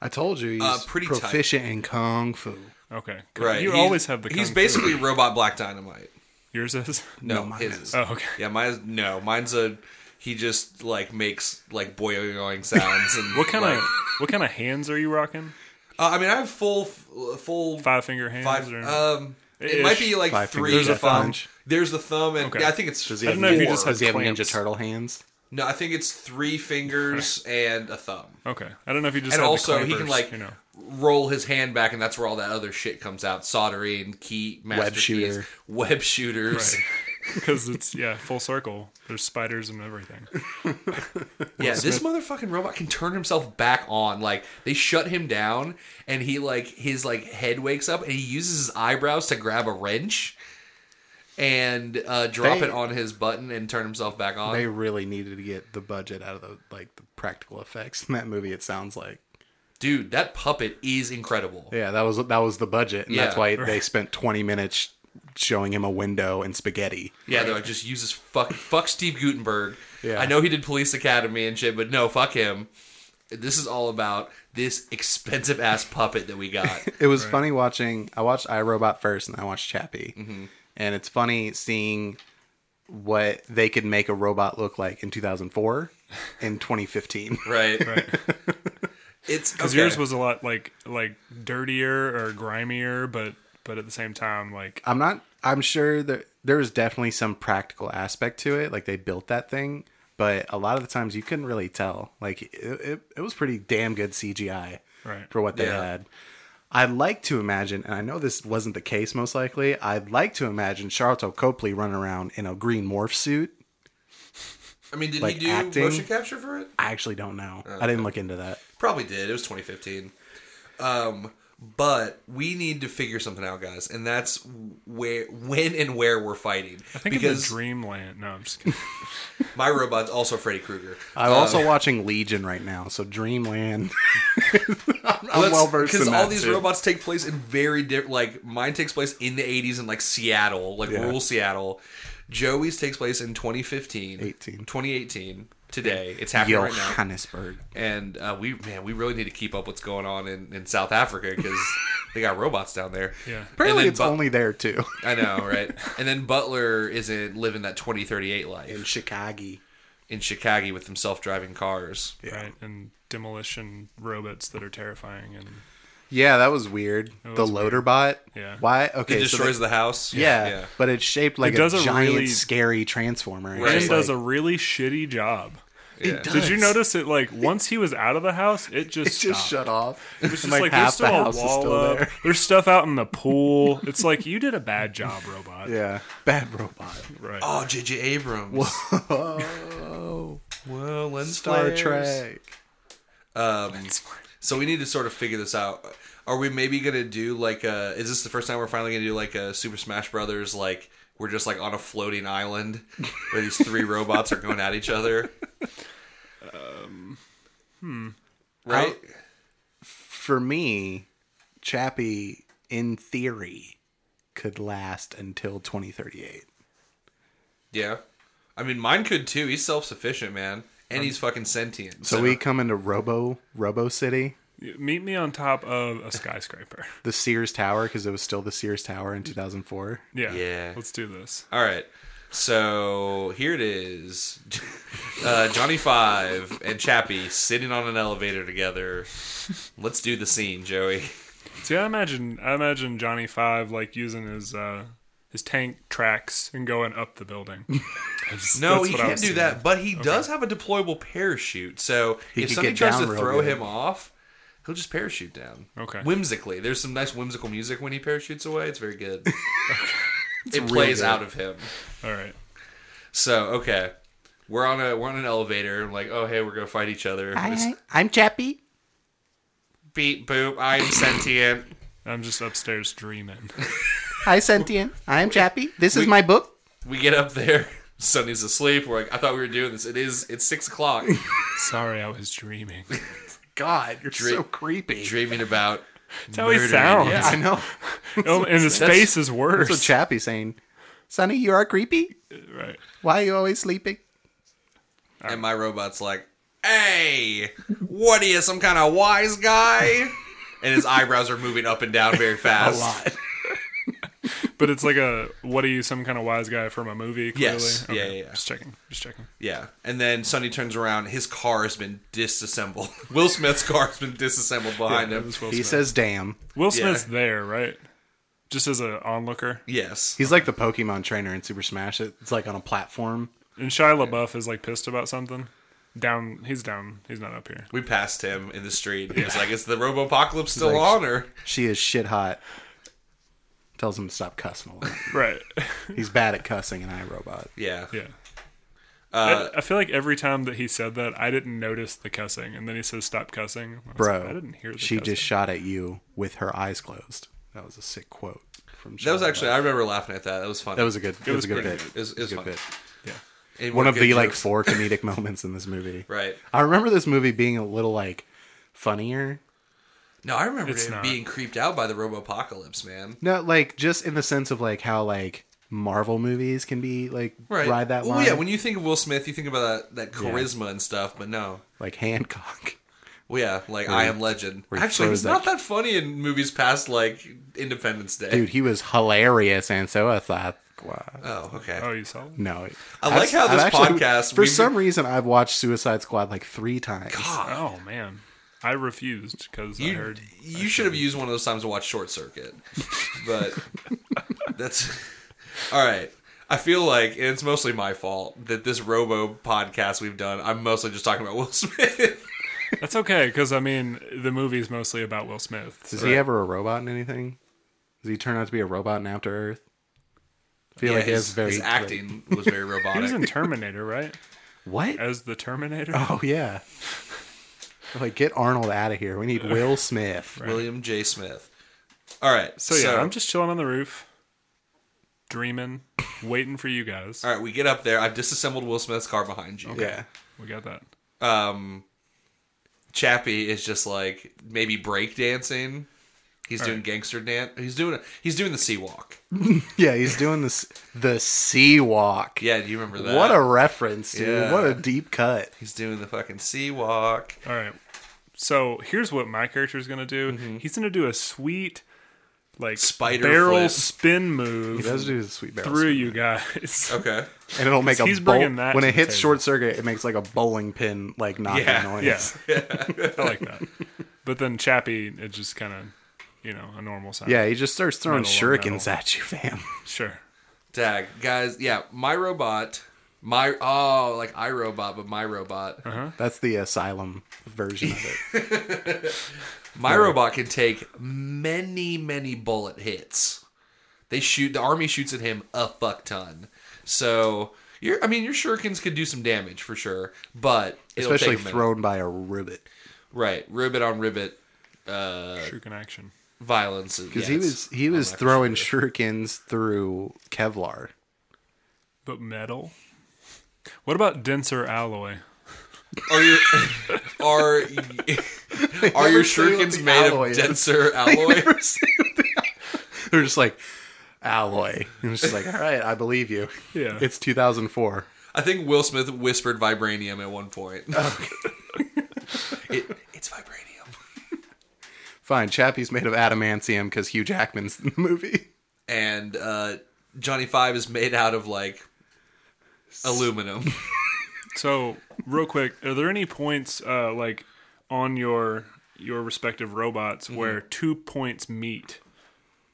Speaker 2: I told you he's
Speaker 1: Uh, pretty tight.
Speaker 2: proficient in kung fu.
Speaker 3: Okay.
Speaker 1: Right.
Speaker 3: You
Speaker 1: He's-
Speaker 3: always have the.
Speaker 1: He's
Speaker 3: kung fu.
Speaker 1: basically Robot Black Dynamite.
Speaker 3: yours is.
Speaker 1: No,
Speaker 2: mine
Speaker 1: his
Speaker 2: is.
Speaker 1: is.
Speaker 3: Oh, okay.
Speaker 1: Yeah, mine's no. Mine's a he just like makes like boing sounds and
Speaker 3: What kind
Speaker 1: like,
Speaker 3: of what kind of hands are you rocking?
Speaker 1: Uh, I mean, I have full, full
Speaker 3: Five finger hands.
Speaker 1: five.
Speaker 3: or,
Speaker 1: Um, it
Speaker 3: Ish.
Speaker 1: might be like
Speaker 2: Five
Speaker 1: three. There's
Speaker 2: fingers. There's
Speaker 1: the
Speaker 2: a thumb.
Speaker 1: thumb. There's the thumb, and
Speaker 3: Okay.
Speaker 1: yeah, I think it's.
Speaker 2: Does he
Speaker 1: four.
Speaker 2: have,
Speaker 3: know if he just
Speaker 2: does he have
Speaker 3: had
Speaker 2: Ninja
Speaker 3: clamps.
Speaker 2: Turtle hands?
Speaker 1: No, I think it's three fingers and a thumb.
Speaker 3: okay. I don't know if you just
Speaker 1: And
Speaker 3: had the
Speaker 1: also, he can
Speaker 3: clampers,
Speaker 1: like
Speaker 3: you know.
Speaker 1: roll his hand back, and that's where all that other shit comes out: soldering, key, master
Speaker 2: Web shooter.
Speaker 1: keys, web shooters.
Speaker 3: because it's yeah full circle. There's spiders and everything.
Speaker 1: Yeah, this motherfucking robot can turn himself back on. Like they shut him down, and he like his like head wakes up, and he uses his eyebrows to grab a wrench and uh, drop
Speaker 2: They-
Speaker 1: it on his button and turn himself back on.
Speaker 2: They really needed to get the budget out of the like the practical effects in that movie. It sounds like
Speaker 1: Dude, that puppet is incredible.
Speaker 2: yeah, that was that was the budget, and that's
Speaker 1: Yeah.
Speaker 2: why they spent twenty minutes showing him a window and spaghetti.
Speaker 1: Yeah, they're like just uses fuck fuck Steve Gutenberg.
Speaker 2: Yeah.
Speaker 1: I know he did Police Academy and shit, but no, fuck him. This is all about this expensive ass puppet that we got.
Speaker 2: It was funny watching. I watched iRobot first, and I watched Chappie, and it's funny seeing what they could make a robot look like in 2004 and 2015.
Speaker 1: right.
Speaker 3: Right.
Speaker 1: It's
Speaker 3: Because
Speaker 1: okay.
Speaker 3: yours was a lot like like dirtier or grimier, but but at the same time like
Speaker 2: I'm not. I'm sure that there was definitely some practical aspect to it. Like they built that thing, but a lot of the times you couldn't really tell. Like it, it, it was pretty damn good CGI
Speaker 3: Right.
Speaker 2: for what they
Speaker 1: Yeah.
Speaker 2: had. I'd like to imagine, and I know this wasn't the case most likely. I'd like to imagine Charlton Copley running around in a green morph suit.
Speaker 1: I mean, did
Speaker 2: like,
Speaker 1: he do
Speaker 2: acting.
Speaker 1: motion capture for it?
Speaker 2: I actually don't know. I didn't look into that.
Speaker 1: Probably did. It was 2015. Um, but we need to figure something out, guys, and that's where, when, and where we're fighting.
Speaker 3: I think
Speaker 1: because
Speaker 3: because dreamland. No, I'm just kidding.
Speaker 1: my robot's also Freddy Krueger.
Speaker 2: I'm also watching Legion right now, so Dreamland. I'm, I'm well versed
Speaker 1: because
Speaker 2: in
Speaker 1: all
Speaker 2: that,
Speaker 1: these
Speaker 2: too.
Speaker 1: robots take place in very different. Like mine takes place in the 80s in like Seattle, like rural Seattle. Joey's takes place in 2015,
Speaker 2: 18.
Speaker 1: 2018. Today, it's happening right now.
Speaker 2: Johannesburg.
Speaker 1: and uh, we man we really need to keep up what's going on in, in south africa because they got robots down there
Speaker 3: Yeah.
Speaker 1: And
Speaker 2: Apparently,
Speaker 1: then
Speaker 2: it's
Speaker 1: Bu-
Speaker 2: only there too.
Speaker 1: i know right and then butler isn't living that 2038 life in,
Speaker 2: Chicago.
Speaker 1: chicago with them self-driving cars
Speaker 3: right and demolition robots that are terrifying and
Speaker 2: Yeah, that was weird. the
Speaker 3: was
Speaker 2: loader bot.
Speaker 3: Yeah.
Speaker 2: Why? Okay.
Speaker 1: it
Speaker 2: so
Speaker 1: destroys
Speaker 2: they-
Speaker 1: the house
Speaker 2: yeah, but it's shaped like
Speaker 3: It does
Speaker 2: a
Speaker 3: a
Speaker 2: giant,
Speaker 3: really-
Speaker 2: scary transformer.
Speaker 1: Right.
Speaker 3: and
Speaker 2: It's
Speaker 3: does
Speaker 2: like-
Speaker 3: a really shitty job.
Speaker 1: yeah.
Speaker 2: it does.
Speaker 3: Did you notice it? Like once he was out of the house, it just
Speaker 2: It just
Speaker 3: stopped.
Speaker 2: shut off.
Speaker 3: It's just like, there's still a wall up. There's stuff out in the pool. It's like you did a bad job, robot.
Speaker 2: Yeah, bad robot.
Speaker 3: Right.
Speaker 1: oh jj abrams
Speaker 2: Whoa,
Speaker 1: well lens
Speaker 2: Star
Speaker 1: flares.
Speaker 2: Trek.
Speaker 1: um, so we need to sort of figure this out are we maybe gonna do like a is this the first time we're finally gonna do like a super smash brothers like we're just like on a floating island where these three robots are going at each other
Speaker 2: Um,
Speaker 1: hmm right
Speaker 2: For me, Chappie, in theory, could last until 2038.
Speaker 1: yeah i mean mine could too he's self-sufficient man and he's fucking sentient
Speaker 2: So we come into Robo Robo City,
Speaker 3: Meet me on top of a skyscraper.
Speaker 2: the Sears Tower, because it was still the Sears Tower in 2004.
Speaker 3: Yeah.
Speaker 1: Yeah.
Speaker 3: Let's do this.
Speaker 1: all right so here it is uh, johnny five and chappie sitting on an elevator together let's do the scene joey
Speaker 3: See, I imagine I imagine Johnny Five like using his uh his tank tracks and going up the building. I just-
Speaker 1: No,
Speaker 3: that's
Speaker 1: he
Speaker 3: what I
Speaker 1: can't
Speaker 3: was
Speaker 1: do
Speaker 3: thinking.
Speaker 1: that, but he does have a deployable parachute. So if
Speaker 2: could
Speaker 1: somebody
Speaker 2: get
Speaker 1: tries
Speaker 2: down
Speaker 1: to
Speaker 2: real
Speaker 1: throw
Speaker 2: good.
Speaker 1: him off, he'll just parachute down.
Speaker 3: Okay.
Speaker 1: Whimsically. There's some nice whimsical music when he parachutes away. It's very good. it plays
Speaker 2: good.
Speaker 1: out of him.
Speaker 3: All right.
Speaker 1: So, okay. We're on a we're on an elevator. I'm like, oh hey, we're gonna fight each other. Just
Speaker 2: I'm Chappie.
Speaker 1: beep boop, I am sentient.
Speaker 3: I'm just upstairs dreaming.
Speaker 2: Hi, sentient. I am Chappie. This is my book.
Speaker 1: We get up there, Sunny's asleep. We're like, I thought we were doing this. It is it's six o'clock.
Speaker 3: Sorry, I was dreaming.
Speaker 2: God, you're
Speaker 1: Dra-
Speaker 2: so creepy.
Speaker 1: Dreaming about
Speaker 3: That's how he
Speaker 1: murdering-
Speaker 3: sounds.
Speaker 1: Yeah.
Speaker 2: I know.
Speaker 3: Oh, and his
Speaker 1: That's-
Speaker 3: face is worse.
Speaker 2: That's what Chappie's saying. Sonny, you are creepy.
Speaker 3: right.
Speaker 2: Why are you always sleeping?
Speaker 1: And my robot's like, hey, what are you, some kind of wise guy? And his eyebrows are moving up and down very fast.
Speaker 2: lot.
Speaker 3: but it's like a what are you, some kind of wise guy from a movie? Clearly?
Speaker 1: Yes. Yeah, yeah, yeah.
Speaker 3: Just checking. Just checking.
Speaker 1: Yeah. And then Sonny turns around. His car has been disassembled. Will Smith's car has been disassembled behind
Speaker 3: That
Speaker 1: him.
Speaker 3: was Will
Speaker 2: He
Speaker 3: Smith.
Speaker 2: says, "Damn."
Speaker 3: Will Smith's there, right? Just as an onlooker.
Speaker 1: Yes.
Speaker 2: He's like the Pokemon trainer in Super Smash. It's like on a platform.
Speaker 3: And Shia LaBeouf is like pissed about something. Down, he's down. He's not up here.
Speaker 1: We passed him in the street. He was like, is the robo apocalypse still
Speaker 2: like-
Speaker 1: on? Or
Speaker 2: She is shit hot. Tells him to stop cussing a lot.
Speaker 3: Right.
Speaker 2: He's bad at cussing in iRobot.
Speaker 1: yeah.
Speaker 3: yeah.
Speaker 1: Uh,
Speaker 3: I- I, feel like every time that he said that, I didn't notice the cussing, and then he says, "Stop cussing." I was
Speaker 2: Bro,
Speaker 3: like, I didn't hear. The
Speaker 2: she
Speaker 3: cussing.
Speaker 2: just shot at you with her eyes closed. That was a sick quote from.
Speaker 1: That was
Speaker 2: Shia
Speaker 1: actually, I remember laughing at that. That was funny.
Speaker 2: That was a good. It, was,
Speaker 3: was
Speaker 2: a good
Speaker 3: pretty
Speaker 2: bit.
Speaker 1: good. It was- it was
Speaker 2: a
Speaker 1: fun.
Speaker 2: good bit.
Speaker 1: And
Speaker 2: One
Speaker 1: more
Speaker 2: of
Speaker 1: good
Speaker 2: the like
Speaker 1: jokes.
Speaker 2: four comedic moments in this movie.
Speaker 1: Right.
Speaker 2: I remember this movie being a little like funnier.
Speaker 1: No, I remember
Speaker 3: It's
Speaker 1: him
Speaker 3: not.
Speaker 1: being creeped out by the robo apocalypse, man.
Speaker 2: No, like just in the sense of like how like Marvel movies can be like
Speaker 1: Right.
Speaker 2: ride that line.
Speaker 1: Oh, yeah. When you think of Will Smith, you think about that, that charisma and stuff, but no.
Speaker 2: like Hancock.
Speaker 1: Well, yeah, like I Am Legend.
Speaker 2: he
Speaker 1: Actually, he's
Speaker 2: throws
Speaker 1: not
Speaker 2: that-
Speaker 1: that funny in movies past like Independence Day.
Speaker 2: Dude, he was hilarious, and so I thought. Wow.
Speaker 1: Oh, okay.
Speaker 3: Oh, you saw? Him?
Speaker 2: No,
Speaker 1: I like how this podcast-
Speaker 2: For
Speaker 1: we've-
Speaker 2: some reason, I've watched Suicide Squad like three times.
Speaker 1: God,
Speaker 3: Oh man, I refused because I
Speaker 1: Ah, you
Speaker 3: heard.
Speaker 1: you should have used one of those times to watch Short Circuit, but that's all right. I feel like and it's mostly my fault that this Robo podcast we've done. I'm mostly just talking about Will Smith.
Speaker 3: That's okay because I mean the movie's mostly about Will Smith. so-
Speaker 2: Is he ever a robot in anything? Does he turn out to be a robot in After Earth? I feel
Speaker 1: yeah,
Speaker 2: like he
Speaker 1: his,
Speaker 2: has very
Speaker 1: his acting was very
Speaker 3: He was
Speaker 1: robotic.
Speaker 3: in Terminator, right?
Speaker 2: What?
Speaker 3: As the Terminator.
Speaker 2: Oh yeah. like get Arnold out of here. We need Will Smith.
Speaker 1: William J. Smith. All right,
Speaker 3: So yeah, I'm just chilling on the roof, dreaming, waiting for you guys.
Speaker 1: all right. We get up there. I've disassembled Will Smith's car behind you.
Speaker 2: Yeah.
Speaker 3: We got that.
Speaker 1: um Chappie is just like maybe break dancing. He's doing gangster dance. He's doing he's doing the sea walk.
Speaker 2: Yeah, he's doing this the sea walk.
Speaker 1: Yeah, do you remember that?
Speaker 2: What a reference, dude.
Speaker 1: Yeah.
Speaker 2: What a deep cut.
Speaker 1: he's doing the fucking sea walk.
Speaker 3: All right. So here's what my character is gonna do.
Speaker 2: Mm-hmm.
Speaker 3: He's gonna do a sweet, like
Speaker 1: Spider
Speaker 3: barrel
Speaker 1: flip.
Speaker 3: spin
Speaker 2: He
Speaker 3: move
Speaker 2: does do the sweet barrel.
Speaker 3: through
Speaker 2: spin.
Speaker 3: you guys.
Speaker 1: Okay.
Speaker 2: And it'll make a
Speaker 3: He's
Speaker 2: bowl-
Speaker 3: bringing that
Speaker 2: when
Speaker 3: to
Speaker 2: it
Speaker 3: the
Speaker 2: hits
Speaker 3: table.
Speaker 2: short circuit, it makes like a bowling pin like knocking
Speaker 1: Yeah,
Speaker 2: noise.
Speaker 3: Yeah, I like that. But then Chappie, it's just kind of, you know, a normal sound.
Speaker 2: Yeah, he just starts throwing
Speaker 3: Metal on
Speaker 2: shurikens at you, fam.
Speaker 3: sure.
Speaker 1: Tag. Guys, yeah, my robot. My oh, like I robot, but my robot.
Speaker 2: That's the asylum version of it.
Speaker 1: My robot can take many, many bullet hits. They shoot the army shoots at him a fuck ton. So your I mean your shurikens could do some damage for sure, but it'll take
Speaker 2: Especially
Speaker 1: a minute.
Speaker 2: thrown by a ribbit.
Speaker 1: Right, ribbit on ribbit uh,
Speaker 3: Shuriken action.
Speaker 1: violence. Because
Speaker 2: Because he was he was throwing shurikens through Kevlar.
Speaker 3: But metal. What about denser alloy?
Speaker 1: Are you are y- are your
Speaker 2: never say what
Speaker 1: shurikens
Speaker 2: the
Speaker 1: made
Speaker 2: alloy
Speaker 1: of
Speaker 2: is.
Speaker 1: denser alloy?
Speaker 2: They're just like alloy. And it's just like, all right, I believe you.
Speaker 3: Yeah.
Speaker 2: It's 2004.
Speaker 1: I think Will Smith whispered vibranium at one point. it, it's vibranium.
Speaker 2: Fine, Chappie's made of adamantium because Hugh Jackman's in the movie.
Speaker 1: and uh, Johnny Five is made out of like aluminum.
Speaker 3: So real quick, are there any points uh, like on your your respective robots
Speaker 1: Mm-hmm.
Speaker 3: where two points meet,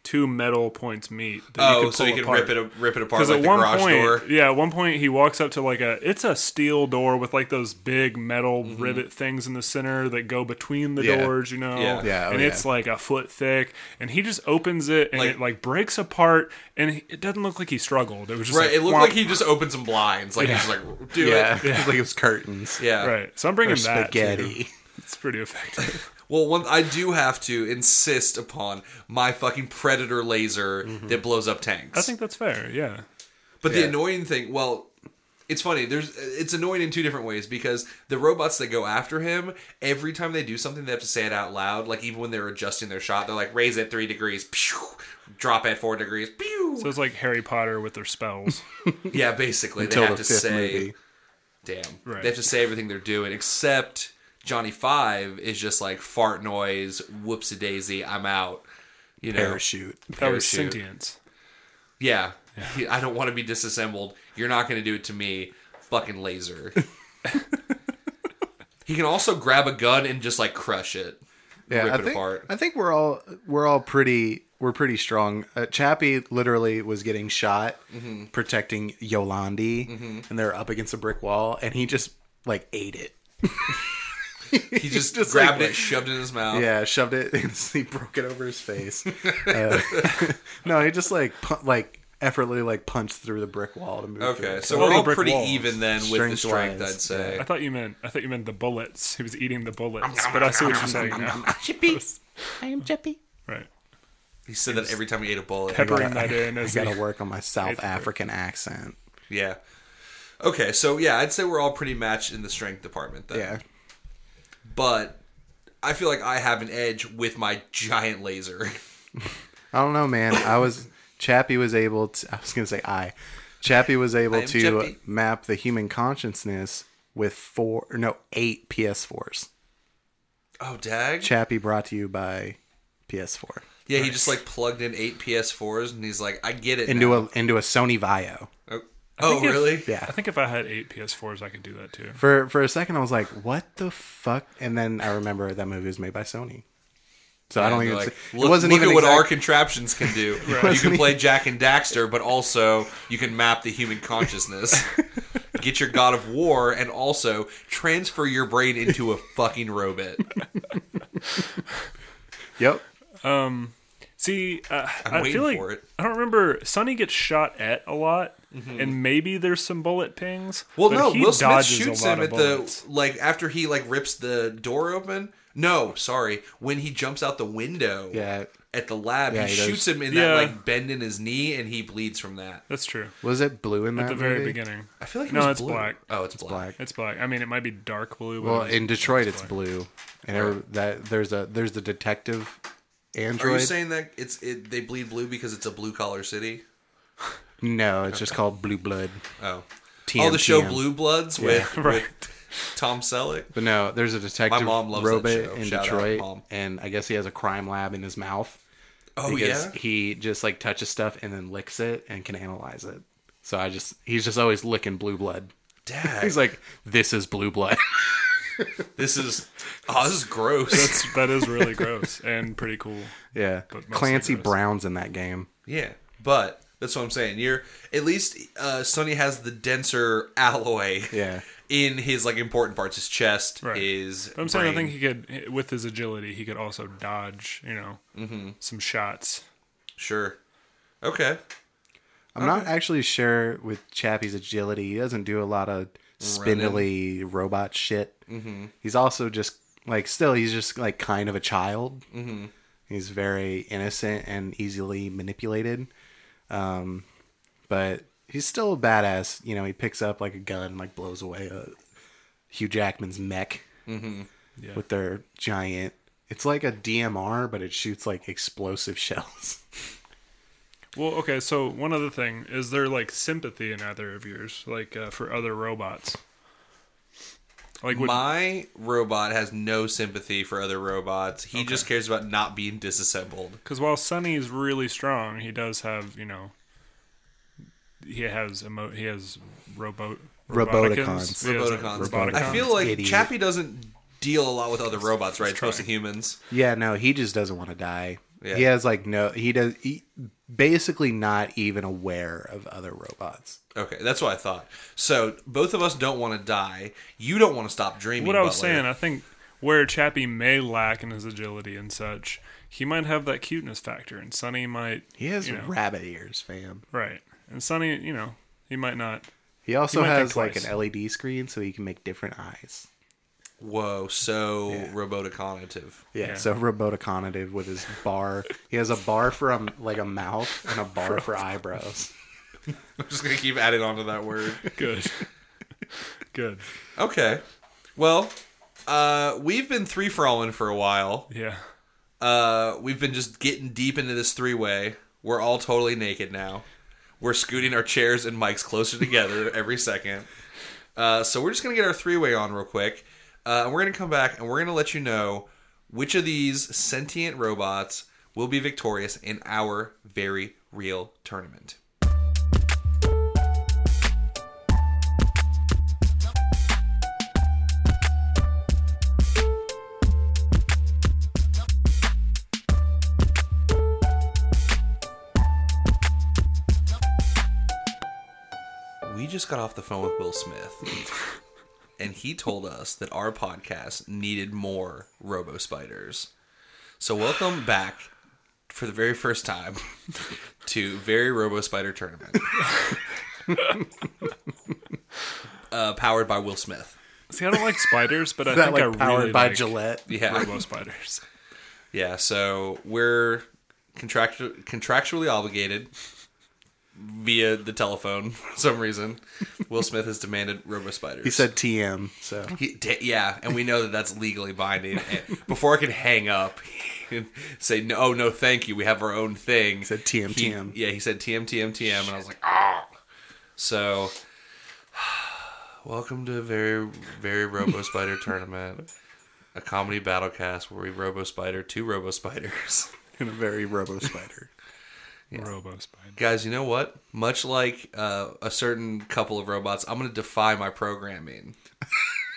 Speaker 3: two metal points meet? That
Speaker 1: oh, so you can rip it rip it apart
Speaker 3: Because
Speaker 1: like
Speaker 3: at
Speaker 1: the
Speaker 3: one
Speaker 1: garage
Speaker 3: point,
Speaker 1: door.
Speaker 3: yeah, at one point he walks up to like a it's a steel door with like those big metal rivet things in the center that go between the
Speaker 2: Yeah.
Speaker 3: doors, you know,
Speaker 1: Mm-hmm. Yeah.
Speaker 2: Yeah, oh
Speaker 3: and it's
Speaker 2: yeah.
Speaker 3: like a foot thick, and he just opens it and
Speaker 1: Like-
Speaker 3: it like breaks apart, and he- it doesn't look like he struggled. It was just
Speaker 1: Right,
Speaker 3: like,
Speaker 1: it looked
Speaker 3: womp.
Speaker 1: like he just opened some blinds. Like he's like, do
Speaker 2: Yeah,
Speaker 1: it.
Speaker 2: it's like it was curtains.
Speaker 1: Yeah.
Speaker 3: right. So I'm bringing
Speaker 2: Or
Speaker 3: that
Speaker 2: spaghetti.
Speaker 3: too. It's pretty effective.
Speaker 1: Well, one I do have to insist upon my fucking predator laser that blows up tanks.
Speaker 3: Mm-hmm. I think that's fair. Yeah,
Speaker 1: But
Speaker 2: Yeah.
Speaker 1: the annoying thing, well, it's funny. There's it's annoying in two different ways because the robots that go after him, every time they do something, they have to say it out loud. Like even when they're adjusting their shot, they're like, "Raise it three degrees, pew, drop at four degrees, pew."
Speaker 3: so it's like Harry Potter with their spells.
Speaker 1: yeah, basically, they
Speaker 2: Until
Speaker 1: have
Speaker 2: the
Speaker 1: to
Speaker 2: fifth
Speaker 1: say,
Speaker 2: movie.
Speaker 1: "Damn,"
Speaker 3: Right.
Speaker 1: they have to say everything they're doing. Except Johnny Five is just like fart noise, whoopsie daisy, I'm out. You know,
Speaker 2: Parachute.
Speaker 3: that was
Speaker 1: Parachute.
Speaker 3: sentience.
Speaker 1: Yeah. I don't want to be disassembled. You're not going to do it to me. Fucking laser. he can also grab a gun and just like crush it. rip
Speaker 2: I
Speaker 1: it
Speaker 2: think,
Speaker 1: apart.
Speaker 2: I think we're all we're all pretty we're pretty strong. Uh, Chappie literally was getting shot
Speaker 1: Mm-hmm.
Speaker 2: protecting Yolandi, and they're up against a brick wall, and he just like ate it.
Speaker 1: He just,
Speaker 2: just,
Speaker 1: grabbed
Speaker 2: like-
Speaker 1: it, shoved it in his mouth.
Speaker 2: Yeah, shoved it and he broke it over his face. Uh, no, he just like pu- like effortely like punched through the brick wall to move. through
Speaker 1: Okay,
Speaker 2: it.
Speaker 1: so
Speaker 3: All
Speaker 1: we're
Speaker 3: the
Speaker 1: all
Speaker 3: brick
Speaker 1: pretty
Speaker 3: walls.
Speaker 1: even then with the
Speaker 2: Strange
Speaker 1: strength,
Speaker 2: lines.
Speaker 1: I'd say.
Speaker 3: I thought you meant I thought you meant the bullets. He was eating the bullets, but I see what you're saying now.
Speaker 4: Chippy. I am Chippy.
Speaker 3: Right,
Speaker 1: He said that every time he ate a bullet.
Speaker 3: peppering that in
Speaker 2: I
Speaker 3: as he,
Speaker 2: gotta work on my South African accent.
Speaker 1: Yeah. Okay, so yeah, I'd say we're all pretty matched in the strength department then.
Speaker 2: Yeah,
Speaker 1: But I feel like I have an edge with my giant laser.
Speaker 2: I don't know, man. I was Chappie was able to. I was gonna say I. Chappie was
Speaker 1: I
Speaker 2: able
Speaker 1: am
Speaker 2: to
Speaker 1: Chappie.
Speaker 2: map the human consciousness with four, no, eight PS4s.
Speaker 1: Oh, dag.
Speaker 2: Chappie brought to you by PS4
Speaker 1: yeah, he just like plugged in eight PS4s and he's like, I get it.
Speaker 2: into
Speaker 1: now.
Speaker 2: a into a Sony Vio.
Speaker 1: Oh, oh, really?
Speaker 2: Yeah.
Speaker 3: I think if I had eight PS4s, I could do that too.
Speaker 2: For for a second, I was like, "What the fuck?" And then I remember that movie was made by Sony, so I don't
Speaker 1: And
Speaker 2: even.
Speaker 1: they're
Speaker 2: it
Speaker 1: look,
Speaker 2: wasn't
Speaker 1: look
Speaker 2: even
Speaker 1: at what our
Speaker 2: exact-
Speaker 1: contraptions can do. You
Speaker 2: Wasn't
Speaker 1: can play Jack and Daxter, but also you can map the human consciousness. Get your God of War, and also transfer your brain into a fucking robot.
Speaker 2: Yep.
Speaker 3: See, uh,
Speaker 1: I'm
Speaker 3: I
Speaker 1: waiting
Speaker 3: feel like
Speaker 1: for it. Mm-hmm.
Speaker 3: I don't remember. Sonny gets shot at a lot, and maybe there's some bullet pings.
Speaker 1: Well,
Speaker 3: but
Speaker 1: no,
Speaker 3: he
Speaker 1: Will Smith
Speaker 3: dodges a
Speaker 1: shoots
Speaker 3: lot
Speaker 1: him
Speaker 3: of
Speaker 1: at
Speaker 3: bullets.
Speaker 1: the like after he like rips the door open. No, sorry, when he jumps out the window.
Speaker 2: Yeah.
Speaker 1: At the lab,
Speaker 2: Yeah,
Speaker 1: he,
Speaker 2: he
Speaker 1: shoots
Speaker 2: does.
Speaker 1: him in
Speaker 3: Yeah.
Speaker 1: that like bend in his knee, and he bleeds from that.
Speaker 3: That's true.
Speaker 2: Was it blue in that
Speaker 3: At the very
Speaker 2: movie?
Speaker 3: beginning,
Speaker 1: I feel like it
Speaker 3: No,
Speaker 1: was
Speaker 3: it's
Speaker 1: blue.
Speaker 3: black.
Speaker 1: Oh, it's, black.
Speaker 2: Black.
Speaker 3: it's black. I mean, it might be dark blue. But
Speaker 2: Well,
Speaker 3: it was-
Speaker 2: in Detroit, it's blue, and every, that there's a there's the detective
Speaker 1: Are you
Speaker 2: android.
Speaker 1: saying that it's it, they bleed blue because it's a blue collar city?
Speaker 2: no, it's just called Blue Blood.
Speaker 1: Oh,
Speaker 2: TM,
Speaker 1: oh, the show
Speaker 2: TM.
Speaker 1: Blue Bloods with, with Tom Selleck.
Speaker 2: But no, there's a detective
Speaker 1: My mom loves that
Speaker 2: robot
Speaker 1: show.
Speaker 2: in
Speaker 1: Shout out,
Speaker 2: Detroit,
Speaker 1: Mom.
Speaker 2: and I guess he has a crime lab in his mouth.
Speaker 1: Oh
Speaker 2: because
Speaker 1: yeah,
Speaker 2: he just like touches stuff and then licks it and can analyze it. So I just he's just always licking blue blood.
Speaker 1: Dad.
Speaker 2: He's like, this is blue blood.
Speaker 1: this is oh, this is gross.
Speaker 3: That's- that is really gross and pretty cool.
Speaker 2: yeah,
Speaker 3: mostly
Speaker 2: Clancy
Speaker 3: gross.
Speaker 2: Brown's in that game.
Speaker 1: yeah, but that's what I'm saying. You're at least uh, Sonny has the denser alloy.
Speaker 2: Yeah.
Speaker 1: in his like important parts, his chest,
Speaker 3: Right.
Speaker 1: his.
Speaker 3: But I'm saying I
Speaker 1: brain.
Speaker 3: think he could, with his agility, he could also dodge, you know,
Speaker 1: Mm-hmm.
Speaker 3: some shots.
Speaker 1: sure. Okay.
Speaker 2: I'm not actually sure with Chappie's agility. He doesn't do a lot of spindly robot shit. Mm-hmm. He's also just like still he's just like kind of a child. Mm-hmm. He's very innocent and easily manipulated. Um, but he's still a badass. You know, he picks up like a gun and like blows away a Hugh Jackman's mech Mm-hmm.
Speaker 3: Yeah.
Speaker 2: with their giant. It's like a DMR, but it shoots like explosive shells.
Speaker 3: Well, okay. So one other thing is there like sympathy in either of yours, like uh, for other robots? Like would,
Speaker 1: My robot has no sympathy for other robots. He just cares about not being disassembled.
Speaker 3: Because while Sonny is really strong, he does have you know. He has emo- he has robot
Speaker 2: Roboticons.
Speaker 3: He has a-
Speaker 1: Roboticons.
Speaker 3: Roboticons.
Speaker 1: I feel like
Speaker 2: Idiot.
Speaker 1: Chappie doesn't deal a lot with other robots, right? It's mostly
Speaker 3: trying.
Speaker 1: humans.
Speaker 2: Yeah, no, he just doesn't want to die.
Speaker 1: Yeah.
Speaker 2: He has like no, he does he, basically not even aware of other robots.
Speaker 1: Okay, that's what I thought. So both of us don't want to die. You don't want to stop dreaming.
Speaker 3: what I was
Speaker 1: Butler.
Speaker 3: saying, I think where Chappie may lack in his agility and such, he might have that cuteness factor, and Sonny might
Speaker 2: He has
Speaker 3: you know,
Speaker 2: rabbit ears, fam.
Speaker 3: right, and Sonny, you know, he might not.
Speaker 2: He also
Speaker 3: might
Speaker 2: has like
Speaker 3: think
Speaker 2: an
Speaker 3: twice.
Speaker 2: LED screen so he can make different eyes.
Speaker 1: Whoa, so roboticognitive.
Speaker 2: Yeah,
Speaker 3: Yeah.
Speaker 2: so roboticognitive with his bar. he has a bar for a, like a mouth and a bar for eyebrows.
Speaker 1: I'm just gonna keep adding on to that word.
Speaker 3: Good, good,
Speaker 1: Okay. Well, uh, we've been three frolling for a while.
Speaker 3: yeah.
Speaker 1: Uh, we've been just getting deep into this three way. We're all totally naked now. We're scooting our chairs and mics closer together every second. Uh, so we're just gonna get our three way on real quick. Uh, and we're gonna come back and we're gonna let you know which of these sentient robots will be victorious in our very real tournament. just got off the phone with Will Smith, and he told us that our podcast needed more Robo Spiders. So welcome back for the very first time to Very Robo Spider Tournament, uh, powered by Will Smith.
Speaker 3: See, I don't like spiders, but I
Speaker 2: that
Speaker 3: think
Speaker 2: like
Speaker 3: I
Speaker 2: powered
Speaker 3: really
Speaker 2: by
Speaker 3: like
Speaker 2: Gillette.
Speaker 1: Yeah,
Speaker 3: Robo spiders.
Speaker 1: Yeah, so we're contractu- contractually obligated via the telephone for some reason. Will Smith has demanded Robo Spiders.
Speaker 2: He said TM. So
Speaker 1: He- d- yeah, and we know that that's legally binding. And before I could hang up and say, no, oh, no, thank you, we have our own thing. He
Speaker 2: said TM, TM.
Speaker 1: Yeah, he said TM, TM, TM, and I was like, ah. So, welcome to Very, Very Robo Spider Tournament, a comedy battle cast where we Robo Spider two Robo Spiders.
Speaker 2: in a very Robo Spider.
Speaker 3: Robo spider.
Speaker 1: Guys, you know what? Much like uh, a certain couple of robots, I'm going to defy my programming.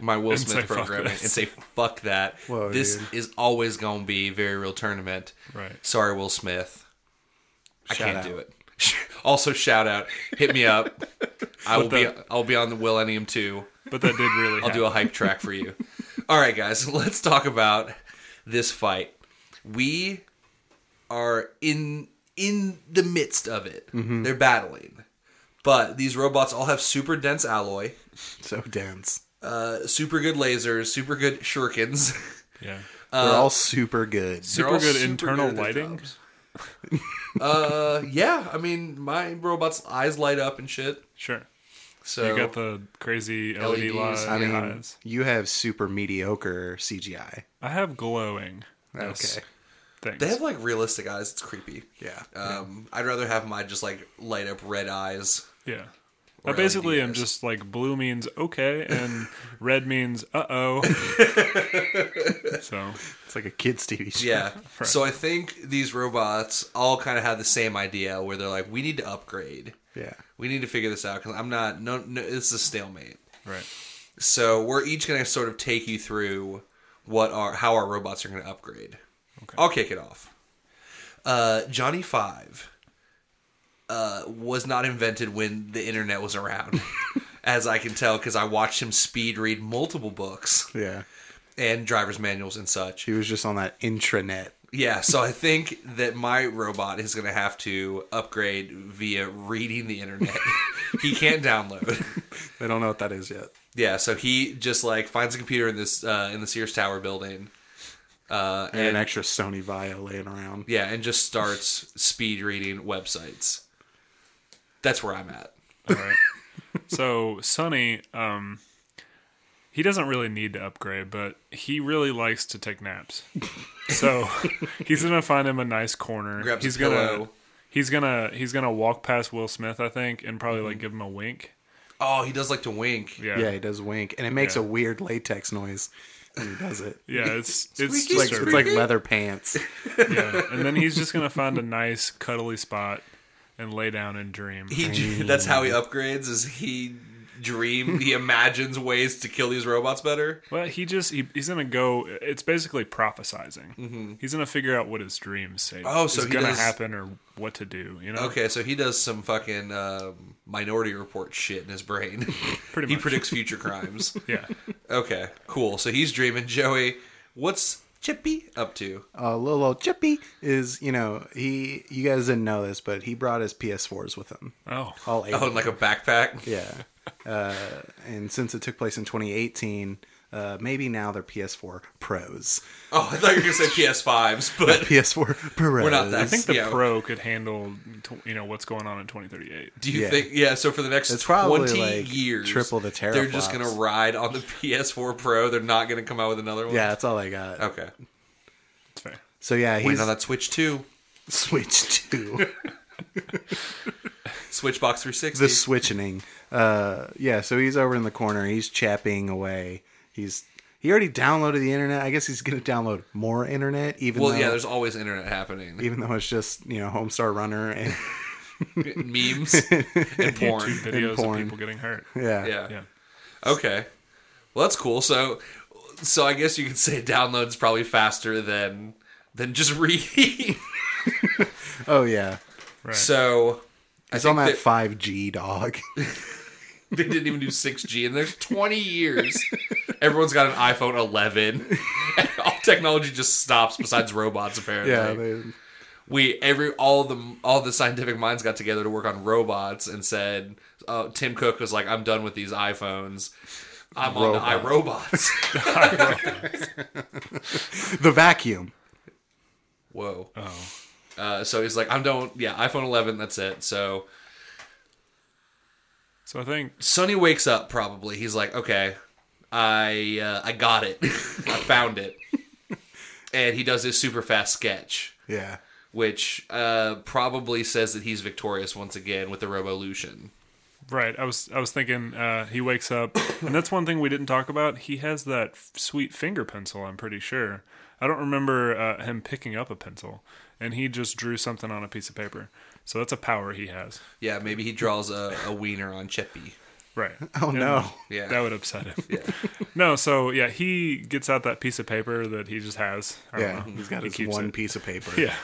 Speaker 1: my Will
Speaker 3: say,
Speaker 1: Smith
Speaker 3: "Fuck
Speaker 1: programming and
Speaker 3: this."
Speaker 1: say, fuck that.
Speaker 2: Whoa,
Speaker 1: this
Speaker 2: dude.
Speaker 1: is always going to be a very real tournament.
Speaker 3: Right.
Speaker 1: Sorry, Will Smith. I
Speaker 2: Shout
Speaker 1: can't
Speaker 2: out.
Speaker 1: do it. also, shout out. Hit me up. I will be.
Speaker 3: the-
Speaker 1: I'll be on the Will Enium too.
Speaker 3: But that did really.
Speaker 1: I'll do a hype track for you. All right, guys, let's talk about this fight. We are in in the midst of it.
Speaker 3: Mm-hmm.
Speaker 1: They're battling, but these robots all have super dense alloy,
Speaker 2: So dense.
Speaker 1: uh, super good lasers, super good shurikens.
Speaker 3: Yeah.
Speaker 2: They're all Uh, super good.
Speaker 1: They're
Speaker 3: Super
Speaker 1: all
Speaker 3: good internal
Speaker 1: at their
Speaker 3: lighting?
Speaker 1: jobs. uh, yeah. I mean, my robot's eyes light up and shit.
Speaker 3: Sure.
Speaker 1: So
Speaker 3: you got the crazy LED
Speaker 1: LEDs,
Speaker 3: lights.
Speaker 1: I
Speaker 2: I mean,
Speaker 3: eyes.
Speaker 2: you have super mediocre CGI.
Speaker 3: I have glowing.
Speaker 2: Okay.
Speaker 3: Thanks.
Speaker 1: they have like realistic eyes. It's creepy.
Speaker 2: Yeah.
Speaker 1: Um, I'd rather have my just like light up red eyes.
Speaker 3: yeah.
Speaker 1: Or
Speaker 3: I basically
Speaker 1: LED
Speaker 3: am
Speaker 1: eyes.
Speaker 3: just like blue means okay and red means uh oh. so
Speaker 2: It's like a kids' TV show.
Speaker 1: Yeah. So I think these robots all kind of have the same idea where they're like, we need to upgrade.
Speaker 2: Yeah.
Speaker 1: We need to figure this out because I'm not, no, no, this is a stalemate.
Speaker 3: right.
Speaker 1: So we're each going to sort of take you through what our, how our robots are going to upgrade.
Speaker 3: Okay.
Speaker 1: I'll kick it off. Uh, Johnny Five uh, was not invented when the internet was around, as I can tell because I watched him speed read multiple books
Speaker 2: Yeah.
Speaker 1: and driver's manuals and such.
Speaker 2: He was just on that intranet.
Speaker 1: Yeah, so I think that my robot is going to have to upgrade via reading the internet. he can't download.
Speaker 2: They don't know what that is yet.
Speaker 1: Yeah, so he just like finds a computer in this uh, in the Sears Tower building. Uh,
Speaker 2: And,
Speaker 1: and
Speaker 2: an extra Sony Vio laying around.
Speaker 1: yeah, and just starts speed reading websites. That's where I'm at.
Speaker 3: All right. so Sonny, um, he doesn't really need to upgrade, but he really likes to take naps. So he's gonna find him a nice corner.
Speaker 1: Grabs a
Speaker 3: he's gonna
Speaker 1: pillow.
Speaker 3: he's gonna he's gonna walk past Will Smith, I think, and probably
Speaker 1: Mm-hmm.
Speaker 3: like give him a wink.
Speaker 1: Oh, he does like to wink.
Speaker 3: Yeah.
Speaker 2: Yeah. he does wink. And it makes
Speaker 3: Yeah.
Speaker 2: a weird latex noise when he does it.
Speaker 3: Yeah, it's it's
Speaker 1: Squeaky,
Speaker 2: Like,
Speaker 3: disturbing.
Speaker 2: it's like leather pants.
Speaker 3: yeah. And then he's just gonna find a nice cuddly spot and lay down and dream.
Speaker 1: He j- that's how he upgrades. Is he dream? He imagines ways to kill these robots better.
Speaker 3: Well, he just he, he's gonna go. It's basically prophesizing. He's gonna figure out what his dreams say.
Speaker 1: Mm-hmm. Oh, so
Speaker 3: is
Speaker 1: he
Speaker 3: gonna
Speaker 1: does-
Speaker 3: happen or what to do. You know.
Speaker 1: Okay, so he does some fucking um, Minority Report shit in his brain.
Speaker 3: Pretty
Speaker 1: he
Speaker 3: much.
Speaker 1: predicts future crimes.
Speaker 3: Yeah.
Speaker 1: okay, cool. So he's dreaming. Joey, what's Chippy up to?
Speaker 2: uh, little old Chippy is, you know, he, you guys didn't know this, but he brought his PS4s with him.
Speaker 3: Oh.
Speaker 2: All eight.
Speaker 1: Oh, in like a backpack.
Speaker 2: Yeah. Uh, and since it took place in 2018, uh, maybe now they're PS4 Pros.
Speaker 1: Oh, I thought you were gonna say PS5s, but
Speaker 2: PS4 Pros.
Speaker 1: We're not that
Speaker 3: I think the
Speaker 1: Yeah.
Speaker 3: pro could handle tw- you know what's going on in 2038.
Speaker 1: do you
Speaker 2: Yeah.
Speaker 1: think? Yeah. So for the next
Speaker 2: It's probably,
Speaker 1: twenty
Speaker 2: like,
Speaker 1: years,
Speaker 2: triple the
Speaker 1: They're just gonna
Speaker 2: teraflops.
Speaker 1: ride on the PS4 Pro. They're not gonna come out with another one.
Speaker 2: Yeah, that's all I got.
Speaker 1: Okay.
Speaker 3: That's fair.
Speaker 2: So yeah,
Speaker 1: Waiting
Speaker 2: he's
Speaker 1: on that Switch Two,
Speaker 2: Switch 2.
Speaker 1: Switchbox 360.
Speaker 2: the switching. Uh, yeah, so he's over in the corner. He's chapping away. He's he already downloaded the internet. I guess he's gonna download more internet. Even
Speaker 1: well,
Speaker 2: though,
Speaker 1: yeah. There's always internet happening.
Speaker 2: even though it's just you know Homestar Runner and,
Speaker 1: memes and
Speaker 3: Two
Speaker 1: porn.
Speaker 3: videos of
Speaker 2: porn.
Speaker 3: people getting hurt.
Speaker 2: yeah,
Speaker 1: Yeah.
Speaker 3: Yeah.
Speaker 1: Okay. Well, that's cool. So, so I guess you could say downloads probably faster than than just read.
Speaker 2: Oh yeah,
Speaker 3: Right.
Speaker 1: so,
Speaker 2: It's on
Speaker 1: think
Speaker 2: that
Speaker 1: that-
Speaker 2: five G dog.
Speaker 1: They didn't even do 6G, and there's 20 years. Everyone's got an iPhone 11. all technology just stops besides robots. Apparently,
Speaker 2: yeah, they,
Speaker 1: we every all the all the scientific minds got together to work on robots and said uh, Tim Cook was like, "I'm done with these iPhones. I'm on the iRobots."
Speaker 2: the vacuum.
Speaker 1: Whoa. Oh. Uh, so he's like, "I'm done." Yeah, iPhone 11. That's it. So
Speaker 3: So I think
Speaker 1: Sonny wakes up. Probably he's like, "Okay, I uh, I got it. I found it." and he does his super fast sketch.
Speaker 2: Yeah,
Speaker 1: which uh, probably says that he's victorious once again with the Revolution.
Speaker 3: right. I was I was thinking uh, he wakes up, and that's one thing we didn't talk about. He has that f- sweet finger pencil. I'm pretty sure. I don't remember uh, him picking up a pencil, and he just drew something on a piece of paper. So that's a power he has.
Speaker 1: Yeah, maybe he draws a, a wiener on Cheppy.
Speaker 3: Right.
Speaker 2: Oh, no.
Speaker 1: Yeah.
Speaker 3: That would upset him. no, so yeah, he gets out that piece of paper that he just has. I don't
Speaker 2: yeah.
Speaker 3: know.
Speaker 2: He's got
Speaker 3: He
Speaker 2: his
Speaker 3: keeps
Speaker 2: one
Speaker 3: it.
Speaker 2: piece of paper.
Speaker 3: Yeah.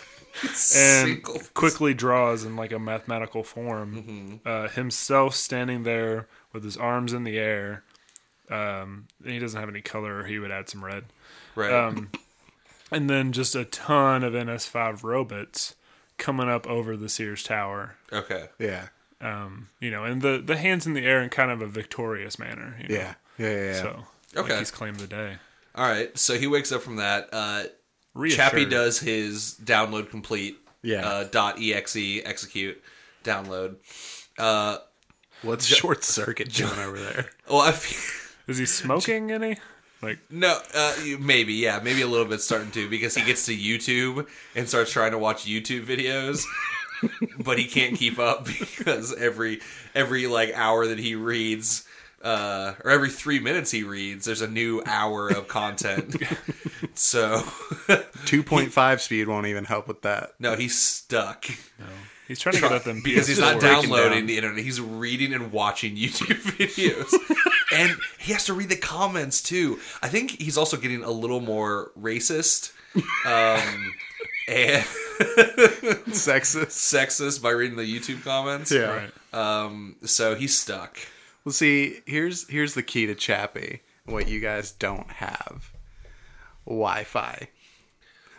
Speaker 3: And
Speaker 1: Single-
Speaker 3: quickly draws in like a
Speaker 1: Mm-hmm.
Speaker 3: mathematical form uh, himself standing there with his arms in the air. Um, he doesn't have any color, or he would add some red.
Speaker 1: Right.
Speaker 3: Um, and then just a ton of NS5 robots coming up over the Sears Tower.
Speaker 1: okay.
Speaker 2: yeah,
Speaker 3: Um, you know, and the, the hands in the air in kind of a victorious manner. You know?
Speaker 2: yeah, yeah, yeah. yeah.
Speaker 3: So
Speaker 1: Okay.
Speaker 3: like he's claimed the day.
Speaker 1: All right. So he wakes up from that. Uh, Chappie
Speaker 3: Reassured.
Speaker 1: does his download complete.
Speaker 2: Yeah.
Speaker 1: Uh, dot exe execute download. Uh,
Speaker 2: What's short circuit doing over there?
Speaker 1: well, I feel,
Speaker 3: Is he smoking any? Like
Speaker 1: no, uh, you- maybe yeah, maybe a little bit starting to because he gets to YouTube and starts trying to watch YouTube videos. but he can't keep up because every every like hour that he reads uh or every 3 minutes he reads there's a new hour of content. so,
Speaker 2: Two point five speed won't even help with that.
Speaker 1: no, he's stuck
Speaker 3: he's trying to get at them
Speaker 1: because he's not
Speaker 3: down.
Speaker 1: downloading the internet. He's reading and watching YouTube videos. and he has to read the comments too. I think he's also getting a little more racist. Um and
Speaker 2: Sexist.
Speaker 1: sexist by reading the YouTube comments.
Speaker 2: Yeah.
Speaker 3: Right.
Speaker 1: Um so he's stuck.
Speaker 2: Well, see, here's here's the key to Chappie. What you guys don't have, Wi-Fi.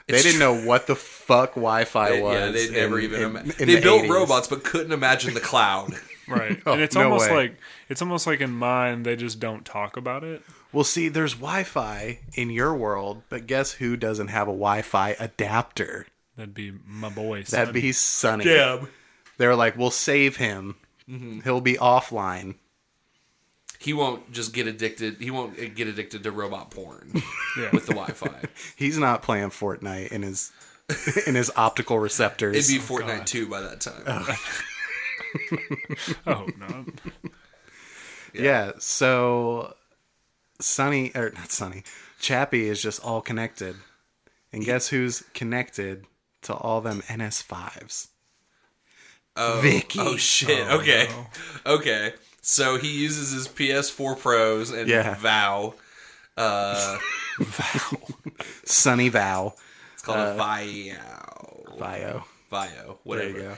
Speaker 2: They
Speaker 1: It's
Speaker 2: didn't
Speaker 1: true.
Speaker 2: know what the fuck Wi-Fi
Speaker 1: They-
Speaker 2: was.
Speaker 1: Yeah, they never
Speaker 2: in-
Speaker 1: even.
Speaker 2: in-
Speaker 1: ima-
Speaker 2: in
Speaker 1: they
Speaker 2: the
Speaker 1: built
Speaker 2: 80s.
Speaker 1: robots, but couldn't imagine the cloud.
Speaker 3: Right.
Speaker 2: No,
Speaker 3: and it's
Speaker 2: no
Speaker 3: almost
Speaker 2: way.
Speaker 3: like it's almost like in mine they just don't talk about it.
Speaker 2: Well, see, there's Wi-Fi in your world, but guess who doesn't have a Wi-Fi adapter?
Speaker 3: That'd be my boy. son.
Speaker 2: That'd be Sonny.
Speaker 1: Damn.
Speaker 2: They're like, we'll save him.
Speaker 1: Mm-hmm.
Speaker 2: He'll be offline.
Speaker 1: He won't just get addicted. He won't get addicted to robot porn
Speaker 3: yeah.
Speaker 1: with the Wi-Fi.
Speaker 2: He's not playing Fortnite in his in his optical
Speaker 1: It'd
Speaker 2: receptors.
Speaker 1: be Fortnite two by that time.
Speaker 3: oh no.
Speaker 2: yeah. So Sonny or not Sonny, Chappie is just all connected. And guess who's connected to all them NS5s?
Speaker 1: Oh,
Speaker 2: Vicky.
Speaker 1: Oh shit. okay. Okay. So he uses his PS4 Pros and
Speaker 2: Yeah.
Speaker 1: Vow. Uh,
Speaker 2: Sonny Vow.
Speaker 1: it's called a Vio.
Speaker 2: Vio.
Speaker 1: Vio.
Speaker 2: Uh, There
Speaker 1: Whatever.
Speaker 2: you go.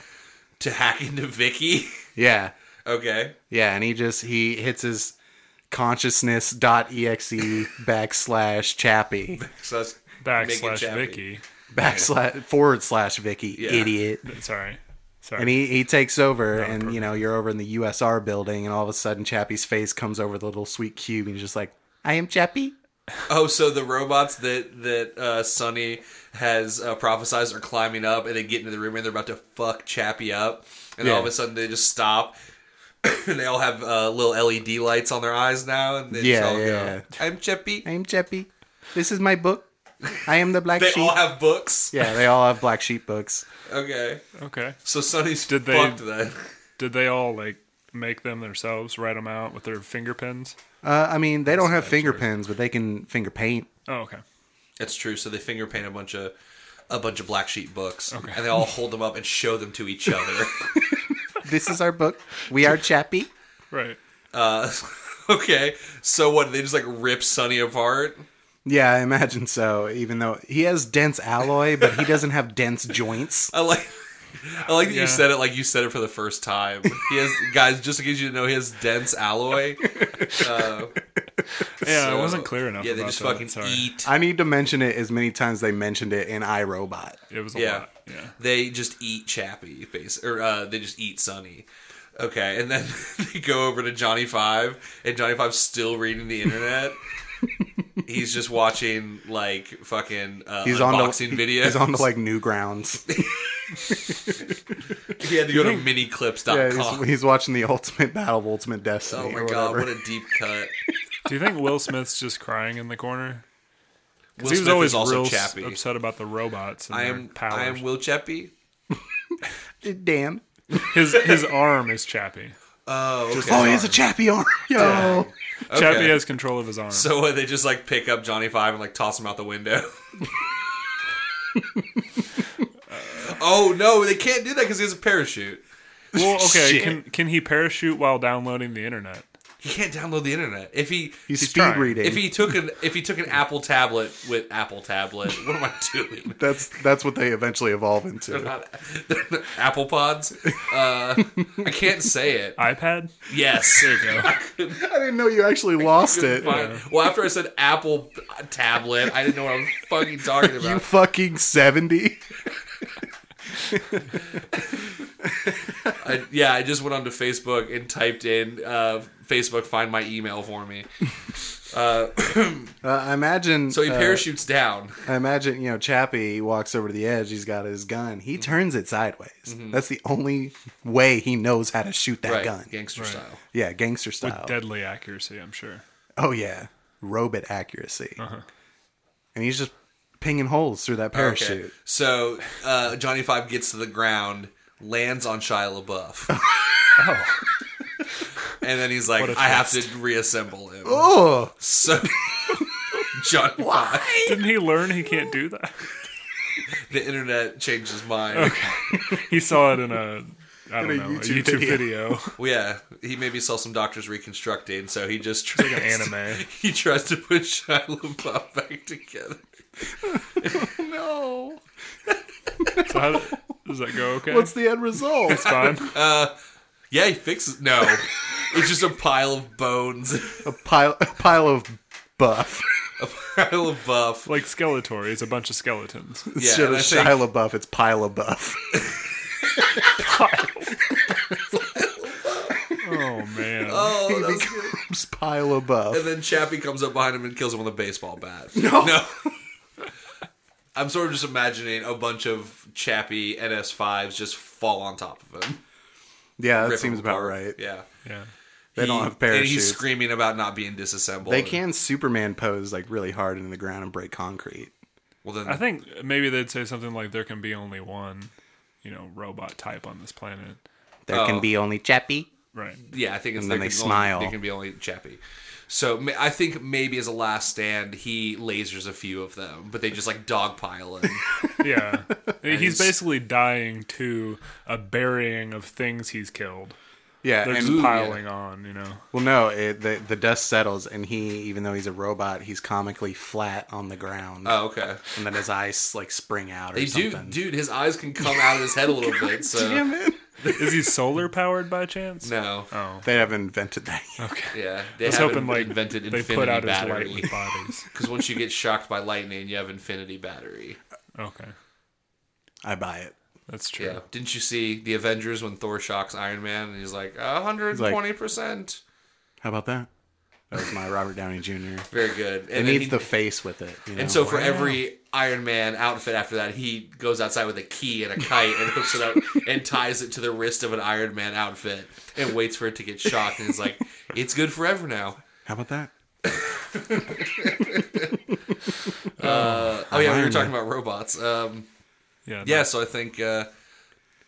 Speaker 1: To hack into Vicky.
Speaker 2: Yeah.
Speaker 1: okay.
Speaker 2: Yeah, and he just he hits his consciousness.exe E backslash chappie
Speaker 1: So that's making
Speaker 3: Backslash
Speaker 1: Chappie.
Speaker 3: Vicky.
Speaker 2: backslash forward slash Vicky
Speaker 1: Yeah.
Speaker 2: idiot.
Speaker 3: Sorry. Sorry.
Speaker 2: And he, he takes over, and you know you're over in the USR building, and all of a sudden Chappie's face comes over the little sweet cube, and he's just like,
Speaker 4: I am Jeppy.
Speaker 1: Oh, so the robots that that uh, Sonny has uh, prophesized are climbing up, and they get into the room, and they're about to fuck Chappie up, and then all of
Speaker 2: Yeah.
Speaker 1: a sudden they just stop, and they all have uh, little LED lights on their eyes now, and they
Speaker 2: Yeah,
Speaker 1: just all
Speaker 2: yeah.
Speaker 1: go, "I'm Chappie."
Speaker 2: "I am Chappie. This is my book. I am the black
Speaker 1: They
Speaker 2: sheep."
Speaker 1: all have books.
Speaker 2: yeah, they all have black sheep books.
Speaker 1: Okay,
Speaker 3: okay.
Speaker 1: so Sonny's
Speaker 3: Did they-
Speaker 1: fucked then.
Speaker 3: Did they all like make them themselves? Write them out with their finger pens?
Speaker 2: Uh, I mean, they don't have finger pens, but they can finger paint.
Speaker 3: Oh, okay.
Speaker 1: That's true. So they finger paint a bunch of a bunch of black sheep books, and they all hold them up and show them to each other.
Speaker 2: This is our book. We are Chappie.
Speaker 3: Right.
Speaker 1: uh, okay, so what? They just like rip Sonny apart.
Speaker 2: Yeah, I imagine so. Even though he has dense alloy, but he doesn't have dense joints.
Speaker 1: I like I like that
Speaker 3: Yeah.
Speaker 1: you said it like you said it for the first time. He has guys. Just in case you didn't know, he has dense alloy. Uh,
Speaker 3: Yeah,
Speaker 1: so-
Speaker 3: it wasn't clear enough.
Speaker 1: Yeah, they
Speaker 3: about
Speaker 1: just
Speaker 3: that.
Speaker 1: fucking
Speaker 3: Sorry.
Speaker 1: eat.
Speaker 2: I need to mention it as many times they mentioned it in iRobot.
Speaker 3: It was a
Speaker 1: Yeah.
Speaker 3: lot. Yeah.
Speaker 1: They just eat Chappie, base or uh, they just eat Sonny. Okay, and then they go over to Johnny Five, and Johnny Five's still reading the internet. He's just watching like fucking uh,
Speaker 2: He's on
Speaker 1: unboxing
Speaker 2: to,
Speaker 1: videos. Oh,
Speaker 2: He's on to like Newgrounds.
Speaker 1: he had to go to miniclips.com.
Speaker 2: yeah, he's, he's watching the Ultimate Battle of Ultimate Destiny.
Speaker 1: oh my
Speaker 2: or
Speaker 1: god, what
Speaker 2: whatever.
Speaker 1: a deep cut!
Speaker 3: Do you think Will Smith's just crying in the corner?
Speaker 1: Will
Speaker 3: Because he was
Speaker 1: Smith
Speaker 3: always
Speaker 1: is also
Speaker 3: real s-
Speaker 1: Chappie.
Speaker 3: upset about the robots and
Speaker 1: I
Speaker 3: their
Speaker 1: am
Speaker 3: powers.
Speaker 1: I am Will Chappie.
Speaker 2: damn.
Speaker 3: His his arm is Chappie.
Speaker 1: Oh, okay.
Speaker 2: Oh, he has a chappy arm. Yo.
Speaker 3: Chappie has control of his arm.
Speaker 1: So uh, they just like pick up Johnny Five and like toss him out the window. oh no, they can't do that because he has a parachute.
Speaker 3: well, okay,
Speaker 2: Shit.
Speaker 3: can can he parachute while downloading the internet?
Speaker 1: He can't download the internet. If he
Speaker 2: He's,
Speaker 3: He's
Speaker 2: speed
Speaker 3: trying.
Speaker 2: reading.
Speaker 1: if he took an if he took an Apple tablet with Apple tablet, what am I doing?
Speaker 2: that's that's what they eventually evolve into.
Speaker 1: Not- Apple pods. Uh, I can't say it.
Speaker 3: iPad?
Speaker 1: Yes.
Speaker 3: There you go.
Speaker 2: I didn't know you actually lost it.
Speaker 1: Fine. Well, after I said Apple tablet, I didn't know what I was fucking talking
Speaker 2: You
Speaker 1: about.
Speaker 2: fucking seventy.
Speaker 1: I, yeah, I just went onto Facebook and typed in uh, Facebook find my email for me.
Speaker 2: Uh, I imagine.
Speaker 1: So he
Speaker 2: uh,
Speaker 1: parachutes down.
Speaker 2: I imagine you know Chappie walks over to the edge. He's got his gun.
Speaker 1: Mm-hmm.
Speaker 2: He turns it sideways. That's the only way he knows how to shoot that
Speaker 1: Right,
Speaker 2: gun.
Speaker 1: gangster style.
Speaker 2: yeah, gangster style.
Speaker 3: With deadly accuracy, I'm sure.
Speaker 2: oh yeah, robot accuracy. And he's just pinging holes through that parachute.
Speaker 1: Okay. So uh, Johnny Five gets to the ground, lands on Shia LaBeouf. oh. And then he's like,
Speaker 3: a
Speaker 1: I have to reassemble him.
Speaker 2: Oh,
Speaker 1: So Johnny Five,
Speaker 3: Didn't he learn he can't do that?
Speaker 1: the internet changed his mind.
Speaker 3: He saw it in a I don't
Speaker 2: a
Speaker 3: know,
Speaker 2: YouTube
Speaker 3: a YouTube video.
Speaker 1: Well, yeah, he maybe saw some doctors reconstructing, so he just tries
Speaker 3: like an anime.
Speaker 1: he tries to put Shia LaBeouf back together.
Speaker 2: no!
Speaker 3: So how does, does that go okay?
Speaker 2: What's the end result?
Speaker 3: it's fine.
Speaker 1: Yeah, he fixes. No, it's just a pile of bones,
Speaker 2: a pile, a pile of buff.
Speaker 1: a pile of buff.
Speaker 3: Like Skeletor, it's a bunch of skeletons.
Speaker 1: Yeah,
Speaker 2: Instead
Speaker 1: and
Speaker 2: of
Speaker 1: I
Speaker 2: Shia
Speaker 1: think-
Speaker 2: LaBeouf, it's pile of buff.
Speaker 3: Oh man.
Speaker 1: Oh, that was good.
Speaker 2: It's pile of buff.
Speaker 1: And then Chappie comes up behind him and kills him with a baseball bat. No. I'm sort of just imagining a bunch of Chappie NS5s just fall on top of him.
Speaker 2: Yeah, that
Speaker 1: Rip
Speaker 2: seems
Speaker 1: him
Speaker 2: about
Speaker 1: apart.
Speaker 2: right.
Speaker 1: Yeah.
Speaker 3: Yeah.
Speaker 2: They don't have
Speaker 1: And he's
Speaker 2: parachutes.
Speaker 1: screaming about not being disassembled.
Speaker 2: They can Superman pose like really hard into the ground and break concrete.
Speaker 1: Well, then,
Speaker 3: I think maybe they'd say something like there can be only one, you know, robot type on this planet.
Speaker 2: There
Speaker 1: Oh.
Speaker 2: can be only Chappie.
Speaker 3: Right.
Speaker 1: yeah, I think it's
Speaker 2: And then
Speaker 1: there
Speaker 2: they
Speaker 1: can
Speaker 2: smile.
Speaker 1: Only, there can be only Chappie. So ma- I think maybe as a last stand, he lasers a few of them, but they just like dogpile him.
Speaker 3: Yeah. he's basically dying to a burying of things he's killed.
Speaker 2: Yeah,
Speaker 3: They're
Speaker 2: and
Speaker 3: just piling on, you know.
Speaker 2: well, no, it, the the dust settles, and he, even though he's a robot, he's comically flat on the ground,
Speaker 1: oh, okay.
Speaker 2: and then his eyes like spring out or
Speaker 1: Hey,
Speaker 2: something.
Speaker 1: dude, dude, his eyes can come out of his head a little bit. So
Speaker 2: Damn it!
Speaker 3: Is he solar powered by chance?
Speaker 1: no,
Speaker 3: Oh.
Speaker 2: They haven't invented that. Yet.
Speaker 1: yeah, they
Speaker 3: I was
Speaker 1: haven't
Speaker 3: hoping like
Speaker 1: invented
Speaker 3: they
Speaker 1: infinity
Speaker 3: put out
Speaker 1: battery.
Speaker 3: his light with bodies.
Speaker 1: Because once you get shocked by lightning, you have infinity battery.
Speaker 3: Okay.
Speaker 2: I buy it.
Speaker 3: That's true.
Speaker 1: Yeah. Didn't you see the Avengers when Thor shocks Iron Man and he's like, 120%?
Speaker 2: How about that? That was my Robert Downey Jr.
Speaker 1: Very good. And,
Speaker 2: It
Speaker 1: then
Speaker 2: needs
Speaker 1: he-
Speaker 2: the face with it. you know?
Speaker 1: and so for every Iron Man outfit after that, he goes outside with a key and a kite and hooks it up and ties it to the wrist of an Iron Man outfit and waits for it to get shocked. And he's like, it's good forever now.
Speaker 2: how about that?
Speaker 1: Uh, oh, yeah, we were
Speaker 2: Iron
Speaker 1: talking about robots. Um,
Speaker 3: Yeah. no.
Speaker 1: yeah, so I think. Uh,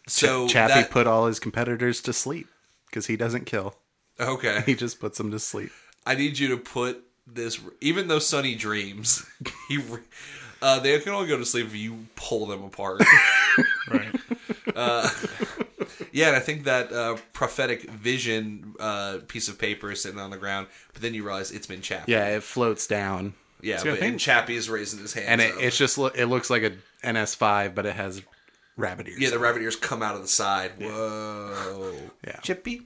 Speaker 1: so
Speaker 2: Chappie
Speaker 1: that-
Speaker 2: put all his competitors to sleep because he doesn't kill.
Speaker 1: okay.
Speaker 2: He just puts them to sleep.
Speaker 1: I need you to put this. Even though Sonny dreams, he re- uh, they can only go to sleep if you pull them apart.
Speaker 3: Right.
Speaker 1: yeah, and I think that uh, prophetic vision uh, piece of paper is sitting on the ground, but then you realize it's been Chappie.
Speaker 2: Yeah, it floats down,
Speaker 1: yeah.
Speaker 3: I
Speaker 1: but
Speaker 3: think-
Speaker 1: and Chappie is raising his hand,
Speaker 2: and it, it's just lo- it looks like a NS5, but it has rabbit ears.
Speaker 1: Yeah, the rabbit ears come out of the side. Whoa.
Speaker 2: Yeah.
Speaker 1: Chippy.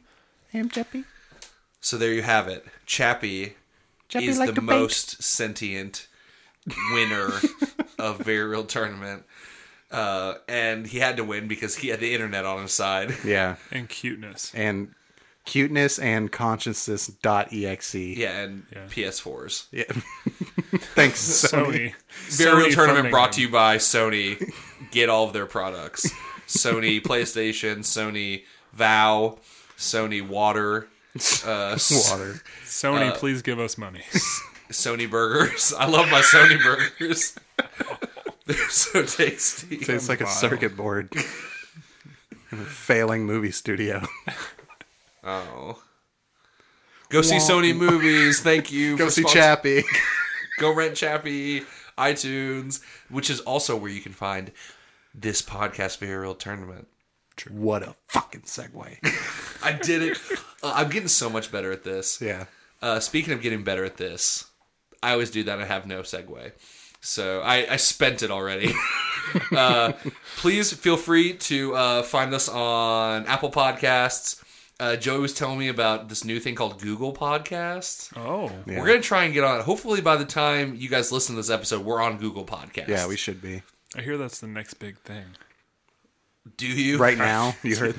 Speaker 4: I am Jeppy.
Speaker 1: So there you have it. Chappie
Speaker 4: Chappie
Speaker 1: is
Speaker 4: like
Speaker 1: the
Speaker 4: to bake.
Speaker 1: most sentient winner of Very Real Tournament. Uh, and he had to win because he had the internet on his side.
Speaker 2: yeah,
Speaker 3: and cuteness.
Speaker 2: and cuteness and consciousness.exe. Yeah.
Speaker 1: Yeah, and
Speaker 3: Yeah.
Speaker 1: PS4s.
Speaker 2: Thanks, Sony.
Speaker 3: Sony.
Speaker 1: Very Real
Speaker 3: Sony
Speaker 1: Tournament
Speaker 3: funding
Speaker 1: brought
Speaker 3: them.
Speaker 1: to you by Sony. Get all of their products Sony PlayStation, Sony Vow, Sony Water, uh,
Speaker 2: Water.
Speaker 3: Sony, please give us money.
Speaker 1: Sony Burgers. I love my Sony Burgers. They're so tasty.
Speaker 2: Tastes like a
Speaker 3: Wild.
Speaker 2: circuit board. In a failing movie studio.
Speaker 1: Oh. Go see Sony movies. Thank you.
Speaker 2: Go
Speaker 1: for
Speaker 2: see
Speaker 1: spons-
Speaker 2: Chappie.
Speaker 1: Go rent Chappie, iTunes, which is also where you can find this podcast Very Real tournament.
Speaker 2: what a fucking segue.
Speaker 1: I did it. Uh, I'm getting so much better at this.
Speaker 2: Yeah.
Speaker 1: Uh, speaking of getting better at this, I always do that. I have no segue. So I, I spent it already. uh, please feel free to uh, find us on Apple Podcasts. Uh, Joey was telling me about this new thing called Google Podcasts.
Speaker 3: Oh,
Speaker 1: We're going to try and get on it. Hopefully, by the time you guys listen to this episode, we're on Google Podcasts.
Speaker 2: Yeah, we should be.
Speaker 3: I hear that's the next big thing.
Speaker 1: Do you?
Speaker 2: Right now, you heard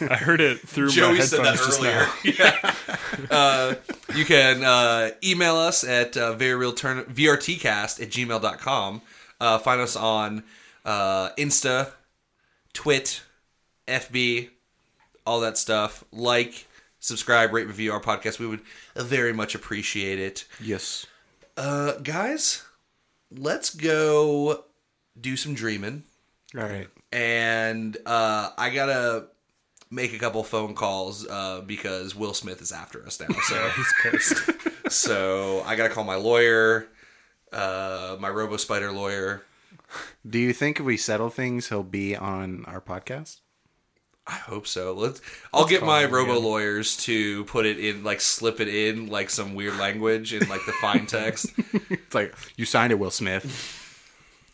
Speaker 3: I heard it through my
Speaker 1: Joey
Speaker 3: headphones
Speaker 1: said that
Speaker 3: just
Speaker 1: earlier.
Speaker 3: now.
Speaker 1: Yeah. uh, you can uh, email us at uh, very real turn vrtcast at gmail.com. Uh, find us on uh, Insta, Twit, FB, all that stuff. Like, subscribe, rate, review our podcast. We would very much appreciate it.
Speaker 2: Yes.
Speaker 1: Uh, guys, let's go do some dreaming.
Speaker 2: All right.
Speaker 1: and uh, I gotta make a couple phone calls uh, because Will Smith is after us now. So,
Speaker 3: He's pissed.
Speaker 1: so I gotta call my lawyer, uh, my Robo Spider lawyer.
Speaker 2: Do you think if we settle things, he'll be on our podcast?
Speaker 1: I hope so. Let's. I'll get my Robo lawyers to put it in, like slip it in, like some weird language in like the fine text.
Speaker 2: It's like you signed it, Will Smith.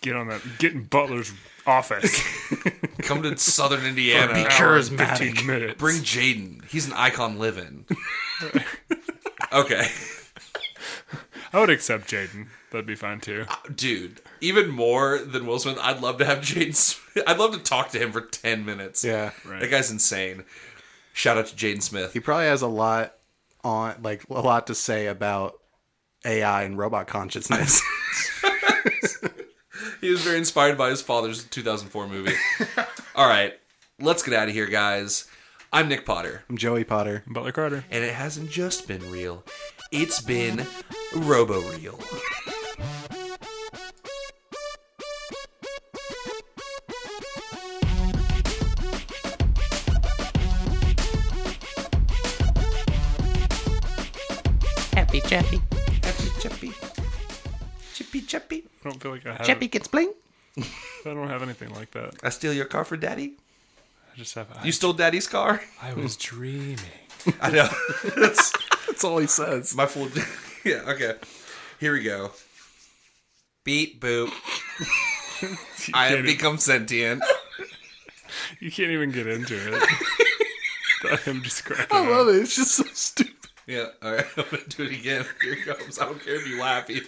Speaker 3: Get on that. Get in Butler's office.
Speaker 1: Come to Southern Indiana.
Speaker 2: charismatic.
Speaker 3: Fifteen minutes.
Speaker 1: Bring Jaden. He's an icon living. okay.
Speaker 3: I would accept Jaden. That'd be fine too.
Speaker 1: dude, even more than Will Smith, I'd love to have Jaden Smith. I'd love to talk to him for 10 minutes.
Speaker 2: Yeah.
Speaker 1: That guy's insane. Shout out to Jaden Smith.
Speaker 2: He probably has a lot on, like a lot to say about AI and robot consciousness.
Speaker 1: He was very inspired by his father's 2004 movie. All right, let's get out of here, guys. I'm Nick Potter,
Speaker 2: I'm Joey Potter.
Speaker 3: Butler Carter.
Speaker 1: and it hasn't just been real, it's been robo real.
Speaker 4: Happy Jeppy.
Speaker 1: Chippy. Chippy, chippy.
Speaker 3: I don't feel like I have.
Speaker 4: Jeppy gets bling.
Speaker 3: I don't have anything like that.
Speaker 1: I steal your car for daddy?
Speaker 3: I just have. I,
Speaker 1: You stole daddy's car?
Speaker 3: I was dreaming.
Speaker 1: I know. That's-
Speaker 2: That's all he says.
Speaker 1: My full. yeah, okay. Here we go. Beep, boop. I have become sentient.
Speaker 3: You can't even get into it. I'm just cracking.
Speaker 2: I
Speaker 3: up.
Speaker 2: love it. It's just so stupid.
Speaker 1: Yeah, all right. I'm going to do it again. Here it comes. I don't care if you laugh either.